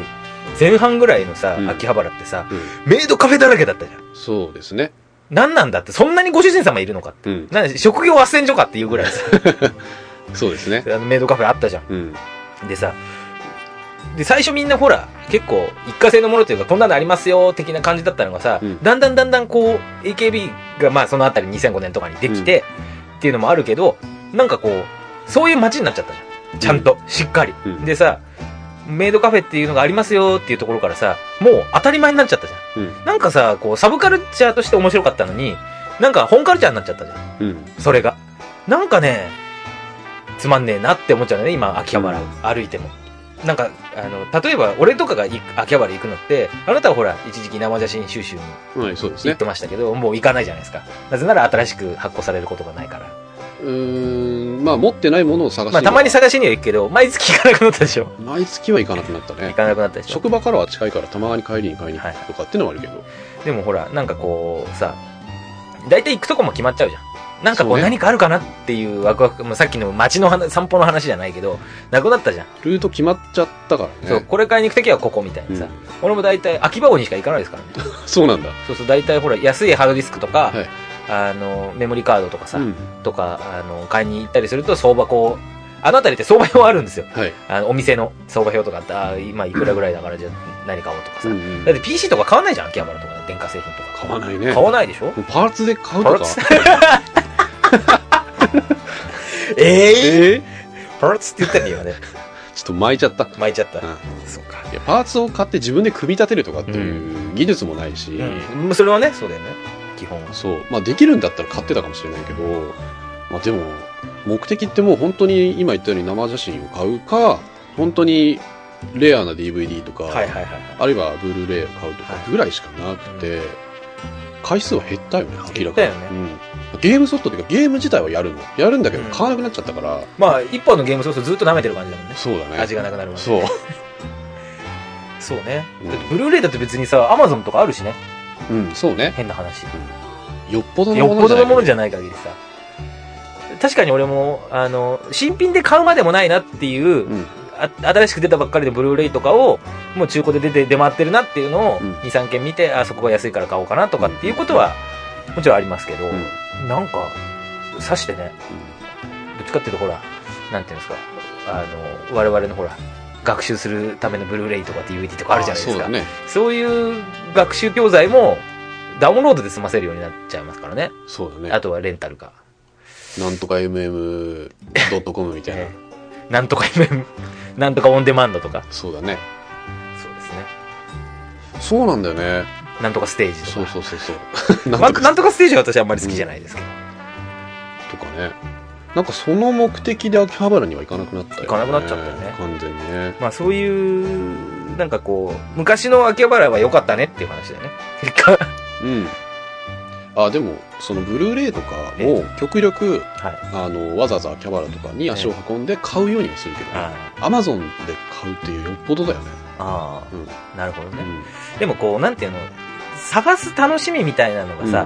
[SPEAKER 2] 前半ぐらいのさ、
[SPEAKER 1] うん
[SPEAKER 2] 秋葉原ってさ、
[SPEAKER 1] うん、
[SPEAKER 2] メイドカフェだらけだったじゃん。
[SPEAKER 1] そうですね。
[SPEAKER 2] なんなんだって、そんなにご主人様いるのかって。
[SPEAKER 1] うん、
[SPEAKER 2] なんで職業斡旋所かっていうぐらいさ、 (laughs)
[SPEAKER 1] そうですね。
[SPEAKER 2] あのメイドカフェあったじゃん。
[SPEAKER 1] うん、
[SPEAKER 2] でさ、で、最初みんなほら、結構、一過性のものというか、こんなのありますよ、的な感じだったのがさ、
[SPEAKER 1] うん
[SPEAKER 2] だんだんだんだんこう、AKB がまあそのあたり2005年とかにできて、っていうのもあるけど、なんかこう、そういう街になっちゃったじゃん。ちゃんと、しっかり。
[SPEAKER 1] うん
[SPEAKER 2] でさ、メイドカフェっていうのがありますよっていうところからさ、もう当たり前になっちゃったじゃん。
[SPEAKER 1] うん
[SPEAKER 2] なんかさ、こう、サブカルチャーとして面白かったのに、なんか本カルチャーになっちゃったじゃん。
[SPEAKER 1] うん、
[SPEAKER 2] それが。なんかね、つまんねえなって思っちゃうのね、今、秋葉原
[SPEAKER 1] うん
[SPEAKER 2] 歩いても。なんか、あの、例えば、俺とかが行く秋葉原行くのって、あなたはほら、一時期生写真収集に
[SPEAKER 1] はい、そうです
[SPEAKER 2] 行っ
[SPEAKER 1] ね。
[SPEAKER 2] てましたけど、もう行かないじゃないですか。なぜなら新しく発行されることがないから。
[SPEAKER 1] うーん、まあ、持ってないものを探して、
[SPEAKER 2] まあ、たまに探しには行くけど、毎月行かなくなったでしょ。
[SPEAKER 1] 毎月は行かなくなった
[SPEAKER 2] 行
[SPEAKER 1] ね。
[SPEAKER 2] かなくなったでしょ。
[SPEAKER 1] 職場からは近いから、たまに帰りに買いに行くとかっていうのはあるけど。
[SPEAKER 2] でもほら、なんかこう、さ、大体行くとこも決まっちゃうじゃん。なんかこ
[SPEAKER 1] そう
[SPEAKER 2] う
[SPEAKER 1] ね
[SPEAKER 2] 何かあるかなっていうワクワク、もうさっきの街の話散歩の話じゃないけど、なくなったじゃん。
[SPEAKER 1] ルート決まっちゃったからね。
[SPEAKER 2] そう、これ買いに行くときはここみたいなさ。
[SPEAKER 1] うん
[SPEAKER 2] 俺も大体秋葉原にしか行かないですからね。
[SPEAKER 1] そうなんだ。
[SPEAKER 2] そうそう、大体ほら、安いハードディスクとか、
[SPEAKER 1] はい
[SPEAKER 2] あの、メモリカードとかさ、
[SPEAKER 1] うん。
[SPEAKER 2] とか、あの、買いに行ったりすると相場こう、あのあたりって相場表あるんですよ。
[SPEAKER 1] はい。
[SPEAKER 2] あの、お店の相場表とかあって、あー今いくらぐらいだからじゃあ何買おうとかさ。
[SPEAKER 1] うんうん
[SPEAKER 2] だって PC とか買わないじゃん、秋葉原とか、電化製品とか。
[SPEAKER 1] 買わないね。
[SPEAKER 2] 買わないでしょ
[SPEAKER 1] もうパーツで買う
[SPEAKER 2] パ
[SPEAKER 1] と
[SPEAKER 2] ル
[SPEAKER 1] か。
[SPEAKER 2] ツ (laughs) ええ
[SPEAKER 1] えー
[SPEAKER 2] パルツって言ったらいいよね。
[SPEAKER 1] ちょっと巻いちゃった。
[SPEAKER 2] 巻いちゃった
[SPEAKER 1] う。ん
[SPEAKER 2] そうか。
[SPEAKER 1] いやパーツを買って自分で組み立てるとかっていう技術もないし、
[SPEAKER 2] うん。それはね、そうだよね。基本は。
[SPEAKER 1] そう。まあできるんだったら買ってたかもしれないけど、まあでも、目的ってもう本当に今言ったように生写真を買うか、本当にレアな DVD とか、
[SPEAKER 2] はいはいはい。
[SPEAKER 1] あるいはブルーレイを買うとかぐらいしかなくて、回数は減ったよね、明らかに。
[SPEAKER 2] 減ったよね
[SPEAKER 1] うんゲームソフトっていうかゲーム自体はやるの。やるんだけど
[SPEAKER 2] うん
[SPEAKER 1] 買わなくなっちゃったから、
[SPEAKER 2] まあ、一本のゲームソフトずっと舐めてる感じだもんね。
[SPEAKER 1] そうだね。
[SPEAKER 2] 味がなくなるまで。
[SPEAKER 1] そう。
[SPEAKER 2] そうね。
[SPEAKER 1] うん
[SPEAKER 2] だってブルーレイだって別にさ、アマゾンとかあるしね。
[SPEAKER 1] うん、そうね。
[SPEAKER 2] 変な話。
[SPEAKER 1] よっぽどの
[SPEAKER 2] よ
[SPEAKER 1] も
[SPEAKER 2] っ
[SPEAKER 1] の
[SPEAKER 2] ぽ
[SPEAKER 1] じゃ
[SPEAKER 2] ど
[SPEAKER 1] ない
[SPEAKER 2] のものじゃない限りさ。確かに俺も、あの、新品で買うまでもないなっていう、
[SPEAKER 1] うん
[SPEAKER 2] あ新しく出たばっかりのブルーレイとかを、もう中古で出て出回ってるなっていうのを、
[SPEAKER 1] うん
[SPEAKER 2] 2、3件見て、あそこが安いから買おうかなとかっていうことは、もちろんありますけど、
[SPEAKER 1] うん
[SPEAKER 2] なんか、刺してね、どっちかっていうとほら、なんていうんですか、あの、我々のほら、学習するためのブルーレイとか DVD とかあるじゃないですか。
[SPEAKER 1] そうだね。
[SPEAKER 2] そういう学習教材も、ダウンロードで済ませるようになっちゃいますからね。
[SPEAKER 1] そうだね。
[SPEAKER 2] あとはレンタルか。
[SPEAKER 1] なんとか mm.com みたいな
[SPEAKER 2] え。えなんとか MM、なんとかオンデマンドとか。
[SPEAKER 1] そうだね。
[SPEAKER 2] そうですね。
[SPEAKER 1] そうなんだよね。
[SPEAKER 2] なんとかステージとか。
[SPEAKER 1] そうそうそう
[SPEAKER 2] (laughs)
[SPEAKER 1] そう。
[SPEAKER 2] ま
[SPEAKER 1] な
[SPEAKER 2] なんん
[SPEAKER 1] と
[SPEAKER 2] と
[SPEAKER 1] か
[SPEAKER 2] かステージは私あんまり好きじゃないですけど。
[SPEAKER 1] とかね。なんかその目的で秋葉原には行かなくなったよ、ね。
[SPEAKER 2] 行かなくなっちゃったよね
[SPEAKER 1] 完全にね。
[SPEAKER 2] まあそういう、なんかこう、昔の秋葉原は良かったねっていう話だよね。結果。
[SPEAKER 1] うん。あ、でも、そのブルーレイとかを極力、
[SPEAKER 2] はい。
[SPEAKER 1] あの、わざわざ秋葉原とかに足を運んで買うようにはするけど、ね、
[SPEAKER 2] あ
[SPEAKER 1] アマゾンで買うっていうよっぽどだよね。
[SPEAKER 2] あ
[SPEAKER 1] うん。
[SPEAKER 2] ー、なるほど
[SPEAKER 1] う
[SPEAKER 2] ね。
[SPEAKER 1] ん
[SPEAKER 2] でもこう、なんていうの、探す楽しみみたいなのがさ、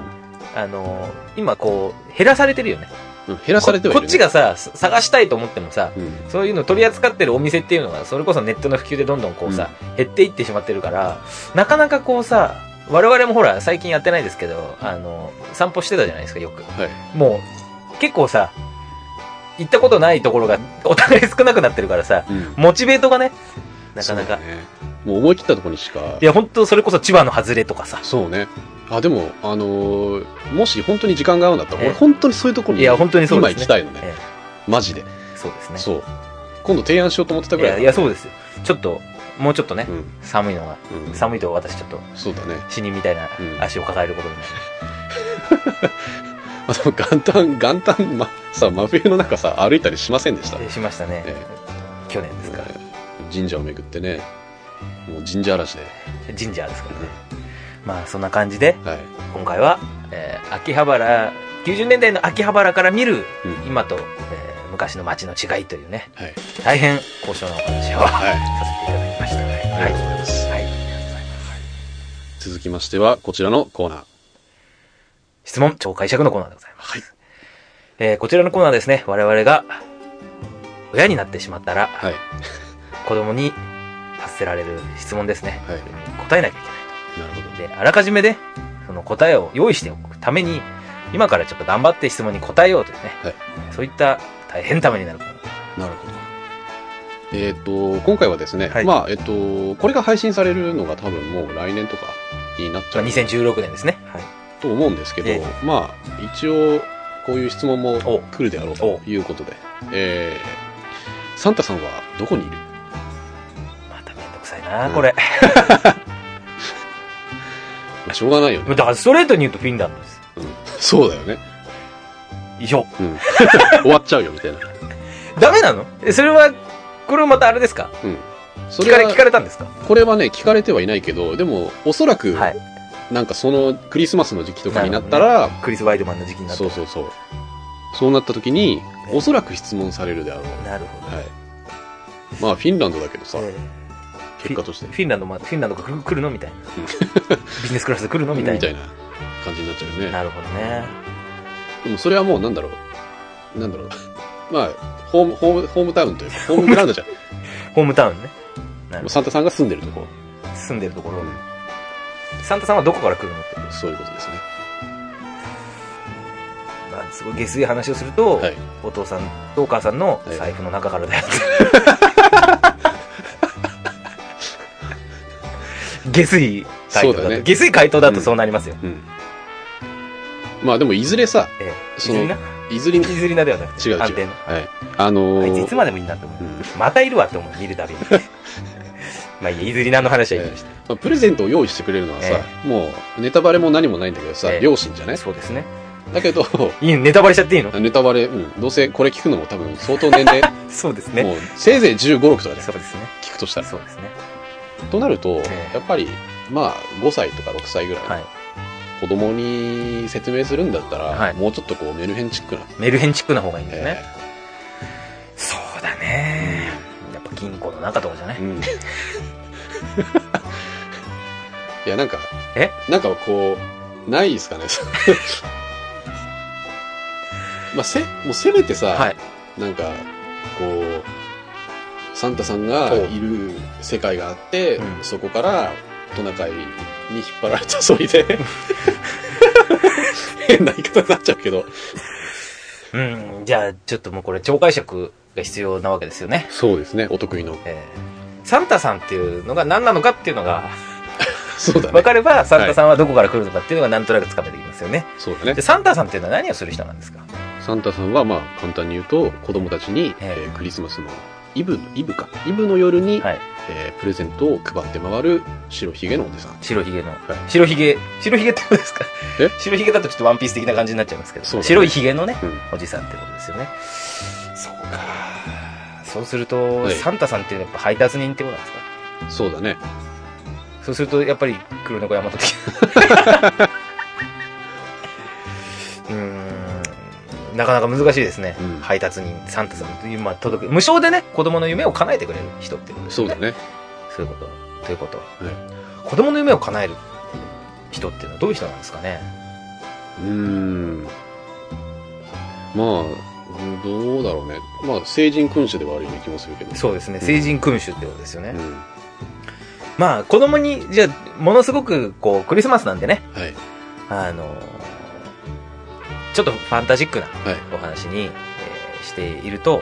[SPEAKER 2] あの、今こう、減らされてるよね。
[SPEAKER 1] うん、減らされてはいる、ね。
[SPEAKER 2] ここっち。がさ、さ探したいと思ってもさ、
[SPEAKER 1] うん。
[SPEAKER 2] そういうの取り扱ってるお店っていうのが、それこそネットの普及でどんどんこうさ、減っていってしまってるから、なかなかこうさ、我々もほら、最近やってないですけど、あの、散歩してたじゃないですか、よく。
[SPEAKER 1] はい。
[SPEAKER 2] もう、結構さ、行ったことないところが (laughs) お互い少なくなってるからさ、
[SPEAKER 1] うん。
[SPEAKER 2] モチベートがね、なかな
[SPEAKER 1] そうだ
[SPEAKER 2] か。
[SPEAKER 1] ね。もう思い切ったところにしか
[SPEAKER 2] いや、本当それこそ千葉の外れとかさ。
[SPEAKER 1] そうね。あ、でも、あのーもし本当に時間が合うんだったら、
[SPEAKER 2] ええ
[SPEAKER 1] 俺本当にそういうところに、
[SPEAKER 2] いや本当にそうです
[SPEAKER 1] 今行
[SPEAKER 2] ね
[SPEAKER 1] きたいのね。
[SPEAKER 2] え
[SPEAKER 1] マジで、
[SPEAKER 2] そうですね。
[SPEAKER 1] そう。今度提案しようと思ってた
[SPEAKER 2] い
[SPEAKER 1] ぐらい
[SPEAKER 2] や、いや、そうですよ。ちょっと、もうちょっとね
[SPEAKER 1] う、ん。
[SPEAKER 2] 寒いのが、
[SPEAKER 1] うん。
[SPEAKER 2] 寒いと私ちょっと
[SPEAKER 1] そうだね。
[SPEAKER 2] 死人みたいな
[SPEAKER 1] うん
[SPEAKER 2] 足を抱えることになる。
[SPEAKER 1] あ、でも元旦、元旦、ま、さ、真冬の中さ、歩いたりしませんでした。
[SPEAKER 2] えーしましたね
[SPEAKER 1] え。
[SPEAKER 2] 去年ですか。
[SPEAKER 1] 神社を巡ってね、もう神社嵐で。
[SPEAKER 2] 神社ですからね。まあ、そんな感じで、
[SPEAKER 1] はい。
[SPEAKER 2] 今回は、えー秋葉原、90年代の秋葉原から見る、
[SPEAKER 1] うん。
[SPEAKER 2] 今と、えー昔の街の違いというね、 (laughs)
[SPEAKER 1] はい。
[SPEAKER 2] 大変高尚なお話をさ
[SPEAKER 1] はい。
[SPEAKER 2] せていただきました。
[SPEAKER 1] あ
[SPEAKER 2] は
[SPEAKER 1] り
[SPEAKER 2] い。
[SPEAKER 1] がとうございます。
[SPEAKER 2] はい。ありがとうございます。
[SPEAKER 1] 続きましては、こちらのコーナー。
[SPEAKER 2] 質問、超解釈のコーナーでございます。
[SPEAKER 1] はい。
[SPEAKER 2] えーこちらのコーナーですね、我々が、親になってしまったら、
[SPEAKER 1] はい。
[SPEAKER 2] 子供に発せられる質問ですね。
[SPEAKER 1] はい。
[SPEAKER 2] 答えなきゃいけない。
[SPEAKER 1] なるほど。
[SPEAKER 2] で、あらかじめね、その答えを用意しておくために、今からちょっと頑張って質問に答えようというね、
[SPEAKER 1] はい
[SPEAKER 2] そういった大変ためになるから
[SPEAKER 1] なるほど。えっ、と、今回はですね、
[SPEAKER 2] はい
[SPEAKER 1] まあ、えっ、と、これが配信されるのが多分もう来年とかになっちゃ
[SPEAKER 2] まあ
[SPEAKER 1] う
[SPEAKER 2] 2016年ですね。はい。
[SPEAKER 1] と思うんですけど、
[SPEAKER 2] ええ
[SPEAKER 1] まあ、一応、こういう質問も
[SPEAKER 2] お
[SPEAKER 1] 来るであろうということで、えー、サンタさんはどこにいる
[SPEAKER 2] まためんどくさいな、これ。
[SPEAKER 1] まあしょうがないよね。
[SPEAKER 2] だからストレートに言うとフィンランドです。
[SPEAKER 1] そうだよね。
[SPEAKER 2] 以上。 (laughs)
[SPEAKER 1] うん。終わっちゃうよ、みたいな。
[SPEAKER 2] ダメなのえそれは、これまたあれですか
[SPEAKER 1] うん。そ
[SPEAKER 2] 聞
[SPEAKER 1] れ
[SPEAKER 2] かれ、聞か
[SPEAKER 1] は、
[SPEAKER 2] れたんですか
[SPEAKER 1] これはね、聞かれてはいないけど、でも、おそらく、
[SPEAKER 2] はい。
[SPEAKER 1] なんかそのクリスマスの時期とかになったら、
[SPEAKER 2] クリス・ワイドマンの時期になって。
[SPEAKER 1] そうそうそう。そうなった時に、
[SPEAKER 2] ええ
[SPEAKER 1] おそらく質問されるであろう。
[SPEAKER 2] なるほど。
[SPEAKER 1] はい。まあ、フィンランドだけどさ、
[SPEAKER 2] ええ
[SPEAKER 1] 結果として
[SPEAKER 2] フィフィンランドま、フィンランドが来る来るのみたいな。ビジネスクラスで来るのみ
[SPEAKER 1] み
[SPEAKER 2] た
[SPEAKER 1] た
[SPEAKER 2] い
[SPEAKER 1] い
[SPEAKER 2] な。
[SPEAKER 1] な感じになっちゃうよね。
[SPEAKER 2] なるほどね。
[SPEAKER 1] でもそれはもうなんだろう。なんだろう。まあ、ホーム、ホーム、ホームタウンというか、ホームグラウンドじゃん。
[SPEAKER 2] (laughs)
[SPEAKER 1] も
[SPEAKER 2] ホームタウンね。な
[SPEAKER 1] う
[SPEAKER 2] るほ
[SPEAKER 1] サンタさんが住んでるとこ。
[SPEAKER 2] ど。住んでるところ
[SPEAKER 1] うん。
[SPEAKER 2] サンタさんはどこから来るのって。
[SPEAKER 1] そういうことですね。
[SPEAKER 2] まあ、すごい下水話をすると、
[SPEAKER 1] はい
[SPEAKER 2] お父さんとお母さんの
[SPEAKER 1] はい
[SPEAKER 2] 財布の中
[SPEAKER 1] (laughs)
[SPEAKER 2] からだよって。下水回答
[SPEAKER 1] そうだ
[SPEAKER 2] だと。
[SPEAKER 1] ね
[SPEAKER 2] 下水回答だとそうなりますよ。
[SPEAKER 1] うん。まあでも、いずれさ、
[SPEAKER 2] ええ。い
[SPEAKER 1] そ
[SPEAKER 2] ず
[SPEAKER 1] う
[SPEAKER 2] りな、
[SPEAKER 1] いずれ
[SPEAKER 2] い
[SPEAKER 1] に、
[SPEAKER 2] ずりなではなくて、
[SPEAKER 1] 違う違う
[SPEAKER 2] 安定の。
[SPEAKER 1] はい。あのー
[SPEAKER 2] あいついつまでもいいなって思
[SPEAKER 1] う
[SPEAKER 2] う。
[SPEAKER 1] ん
[SPEAKER 2] またいるわって思う、見るた
[SPEAKER 1] (laughs)
[SPEAKER 2] びに。まあいいや、いずりなの話はいいとして。
[SPEAKER 1] まあプレゼントを用意してくれるのはさ、
[SPEAKER 2] え
[SPEAKER 1] もうネタバレも何もないんだけどさ、
[SPEAKER 2] ええ
[SPEAKER 1] 両親じゃない
[SPEAKER 2] そうですね。
[SPEAKER 1] だけど、
[SPEAKER 2] いいネタバレしちゃっていいの
[SPEAKER 1] ネタバレ、うん、どうせこれ聞くのも多分相当年齢、
[SPEAKER 2] そうです (laughs) ね。
[SPEAKER 1] もうせいぜい15、6とかで
[SPEAKER 2] そうですね。
[SPEAKER 1] 聞くとしたら。
[SPEAKER 2] そうですね。
[SPEAKER 1] となると、
[SPEAKER 2] ええ
[SPEAKER 1] やっぱり、まあ5歳とか6歳ぐらい
[SPEAKER 2] はい。
[SPEAKER 1] 子供に説明するんだったら、
[SPEAKER 2] はい
[SPEAKER 1] もうちょっとこうメルヘンチックな、
[SPEAKER 2] メルヘンチックな方がいいんですね。
[SPEAKER 1] え
[SPEAKER 2] そうだね。やっぱ金庫の中とかじゃない
[SPEAKER 1] えうん (laughs) いやなんか
[SPEAKER 2] え
[SPEAKER 1] なんかこうないですかね (laughs) まあせもうせめてさ、
[SPEAKER 2] はい。
[SPEAKER 1] なんかこうサンタさんが
[SPEAKER 2] ほう
[SPEAKER 1] いる世界があって、
[SPEAKER 2] うん
[SPEAKER 1] そこからトナカイに引っ張られたそりで (laughs) 変な言い方になっちゃうけど
[SPEAKER 2] うん。じゃあ、ちょっともうこれ、超解釈が必要なわけですよね。
[SPEAKER 1] そうですねお得意の
[SPEAKER 2] えーサンタさんっていうのが何なのかっていうのが
[SPEAKER 1] そうだ
[SPEAKER 2] 分
[SPEAKER 1] ね
[SPEAKER 2] かれば、サンタさんはどこから来るのかっていうのがなんとなくつかめてきますよね。
[SPEAKER 1] そうだね
[SPEAKER 2] で、サンタさんっていうのは何をする人なんですか
[SPEAKER 1] サンタさんはまあ簡単に言うと子供たちに、
[SPEAKER 2] え
[SPEAKER 1] え
[SPEAKER 2] え
[SPEAKER 1] ークリスマスのイブのイブかイブの夜に、
[SPEAKER 2] はい。
[SPEAKER 1] えープレゼントを配って回る白ひげのおじさん
[SPEAKER 2] 白ひげの
[SPEAKER 1] い。
[SPEAKER 2] 白ひげ、白ひげってことですか
[SPEAKER 1] え
[SPEAKER 2] 白ひげだとちょっとワンピース的な感じになっちゃいますけど、
[SPEAKER 1] そうだね
[SPEAKER 2] 白いひげのね、
[SPEAKER 1] うん
[SPEAKER 2] おじさんってことですよね。そうか。そうすると、
[SPEAKER 1] はい
[SPEAKER 2] サンタさんっていうのはやっぱ配達人ってことなんですか
[SPEAKER 1] そうだね
[SPEAKER 2] そうすると、やっぱり黒猫山的な。うーん。なかなか難しいですね。
[SPEAKER 1] うん
[SPEAKER 2] 配達人、サンタさんという、まあ、届く。無償でね、子供の夢を叶えてくれる人ってことです
[SPEAKER 1] そ
[SPEAKER 2] よ
[SPEAKER 1] う
[SPEAKER 2] ね
[SPEAKER 1] だ。ね
[SPEAKER 2] そういうこと。ということ。子供の夢を叶える人っていうのはどういう人なんですかね
[SPEAKER 1] うーんまあうんどうだろうねまあ成人君主ではあるような気もするけど
[SPEAKER 2] そうですね。成人君主ってことですよね。
[SPEAKER 1] うん
[SPEAKER 2] まあ、子供に、じゃあ、ものすごく、こう、クリスマスなんでね、
[SPEAKER 1] はい
[SPEAKER 2] あのーちょっとファンタジックな
[SPEAKER 1] はい
[SPEAKER 2] お話に、えーしていると、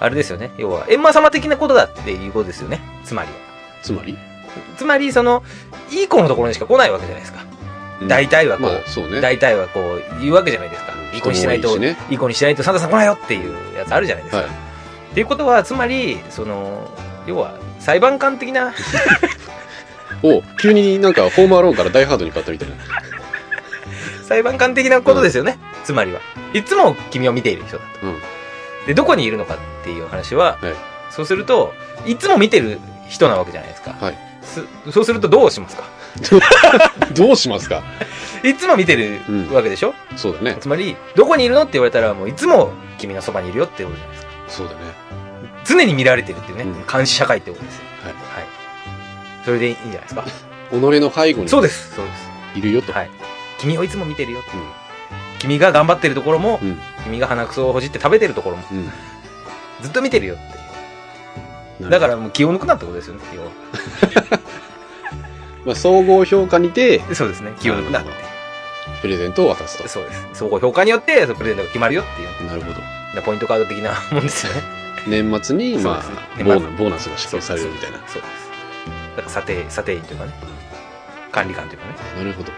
[SPEAKER 2] あれですよね。要は、閻魔様的なことだっていうことですよね。つまりは。
[SPEAKER 1] つまり、
[SPEAKER 2] つまり、その、いい子のところにしか来ないわけじゃないですか。
[SPEAKER 1] うん
[SPEAKER 2] 大体はこ
[SPEAKER 1] まあ
[SPEAKER 2] う、
[SPEAKER 1] そうね
[SPEAKER 2] 大体はこう、言うわけじゃないですか。
[SPEAKER 1] うん
[SPEAKER 2] いい子にしないと、
[SPEAKER 1] 人も多いしね
[SPEAKER 2] いい子にしないとサンタさん来ないよっていうやつあるじゃないですか。
[SPEAKER 1] はい
[SPEAKER 2] っていうことは、つまり、その、要は、裁判官的な、 (laughs)
[SPEAKER 1] お急になんかホームアローンからダイハードに変わったみたいな
[SPEAKER 2] 裁判官的なことですよね。つまりは。いつも君を見ている人だと。
[SPEAKER 1] うん (laughs)
[SPEAKER 2] で、どこにいるのかっていう話は、
[SPEAKER 1] はい
[SPEAKER 2] そうすると、いつも見てる人なわけじゃないですか。
[SPEAKER 1] はい
[SPEAKER 2] すそうするとどうしますか
[SPEAKER 1] どうしますか
[SPEAKER 2] いつも見てる
[SPEAKER 1] うん
[SPEAKER 2] わけでしょ、
[SPEAKER 1] そうだね
[SPEAKER 2] つまり、どこにいるのって言われたら、もういつも君のそばにいるよってことじゃないですか。
[SPEAKER 1] そうだね
[SPEAKER 2] 常に見られてるっていうね、
[SPEAKER 1] うん
[SPEAKER 2] 監視社会ってことですよ。
[SPEAKER 1] はい
[SPEAKER 2] はい。それでいいんじゃないですか。
[SPEAKER 1] 己の背後に
[SPEAKER 2] そうです。そうです。
[SPEAKER 1] いるよと、
[SPEAKER 2] はい。君をいつも見てるよ。君が頑張ってるところも、
[SPEAKER 1] うん
[SPEAKER 2] 君が鼻くそをほじって食べてるところも、
[SPEAKER 1] うんうん
[SPEAKER 2] ずっと見てるよってい
[SPEAKER 1] な
[SPEAKER 2] う。
[SPEAKER 1] るほど
[SPEAKER 2] だからもう気を抜くなってことですよね、要は
[SPEAKER 1] まあ、総合評価にて、
[SPEAKER 2] そうですね、気を抜くなって。
[SPEAKER 1] プレゼントを渡す
[SPEAKER 2] そうです。総合評価によって、そのプレゼントが決まるよっていう。だか
[SPEAKER 1] と。なるほど。
[SPEAKER 2] らポイントカード的なもんですよね。
[SPEAKER 1] 年末に、まあ
[SPEAKER 2] そうです、ね
[SPEAKER 1] ボー
[SPEAKER 2] 年
[SPEAKER 1] ナボーナスが支給されるみたいな。
[SPEAKER 2] そうです。だから査定、査定員というかね、管理官というかね。
[SPEAKER 1] なるほど。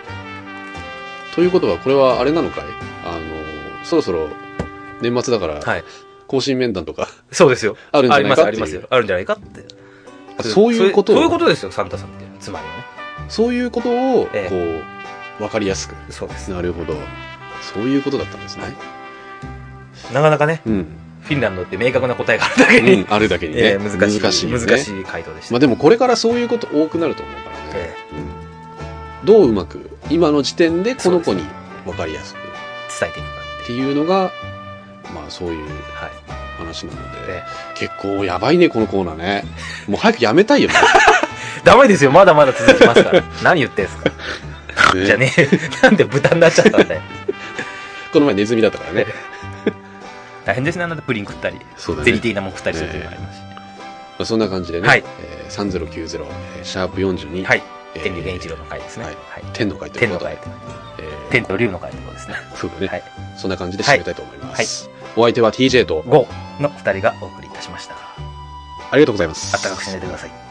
[SPEAKER 1] ということは、これはあれなのかいあの、そろそろ、年末だから、
[SPEAKER 2] はい。
[SPEAKER 1] 更新面談とか、 (laughs)
[SPEAKER 2] そうですよ。
[SPEAKER 1] あるんじ
[SPEAKER 2] あ
[SPEAKER 1] ゃな
[SPEAKER 2] りま
[SPEAKER 1] い
[SPEAKER 2] す、
[SPEAKER 1] かっ
[SPEAKER 2] あ
[SPEAKER 1] て
[SPEAKER 2] り
[SPEAKER 1] いう
[SPEAKER 2] ますよ。あるんじゃないかって。
[SPEAKER 1] あそういうことを
[SPEAKER 2] そういうことですよ、サンタさんっていうのは。つまりはね。
[SPEAKER 1] そういうことを、こ
[SPEAKER 2] え
[SPEAKER 1] う、わかりやすく。
[SPEAKER 2] そうです。
[SPEAKER 1] なるほど。そういうことだったんですね。
[SPEAKER 2] なかなかね、
[SPEAKER 1] うん。
[SPEAKER 2] フィンランドって明確な答えがあるだけ
[SPEAKER 1] う
[SPEAKER 2] に、 (laughs)
[SPEAKER 1] ん、あるだけに
[SPEAKER 2] え
[SPEAKER 1] ね。
[SPEAKER 2] ー難しい。
[SPEAKER 1] 難しいよね。
[SPEAKER 2] 難しい回答でした。
[SPEAKER 1] まあでもこれからそういうこと多くなると思うからね。
[SPEAKER 2] え
[SPEAKER 1] うん、どううまく今の時点でこの子に分かりやすくっ
[SPEAKER 2] 伝えていくかっていう
[SPEAKER 1] ていうのがまあそういう
[SPEAKER 2] はい。
[SPEAKER 1] 話なので、
[SPEAKER 2] ね
[SPEAKER 1] 結構やばいね、このコーナーね。もう早くやめたいよね。
[SPEAKER 2] ダメですよ、まだまだ続
[SPEAKER 1] (laughs)
[SPEAKER 2] きますから。何言ってんすか。 (laughs) じゃ
[SPEAKER 1] ね
[SPEAKER 2] ねえ、 (laughs) なんで豚になっちゃったんだよ。
[SPEAKER 1] この前ネズミだったからね。
[SPEAKER 2] 大変ですね、あんなプリン食ったり、
[SPEAKER 1] そうだ
[SPEAKER 2] ゼリ
[SPEAKER 1] ね。
[SPEAKER 2] ティーなもん食ったりすることもありますし。
[SPEAKER 1] そんな感じでね、
[SPEAKER 2] はい
[SPEAKER 1] えー3090、えーシャープ42、
[SPEAKER 2] はい。
[SPEAKER 1] えー
[SPEAKER 2] 天竜源一郎の回ですね。
[SPEAKER 1] は
[SPEAKER 2] はいい。
[SPEAKER 1] 天の会とい
[SPEAKER 2] 天
[SPEAKER 1] う
[SPEAKER 2] の
[SPEAKER 1] ことで
[SPEAKER 2] 回。
[SPEAKER 1] えー
[SPEAKER 2] 天と竜の回ってことですね。
[SPEAKER 1] そうだね、
[SPEAKER 2] はい。
[SPEAKER 1] そんな感じで締めたいと思います。お相手は TJ と、
[SPEAKER 2] 5の二人がお送りいたしました。
[SPEAKER 1] ありがとうございます。
[SPEAKER 2] あったかくしないでください。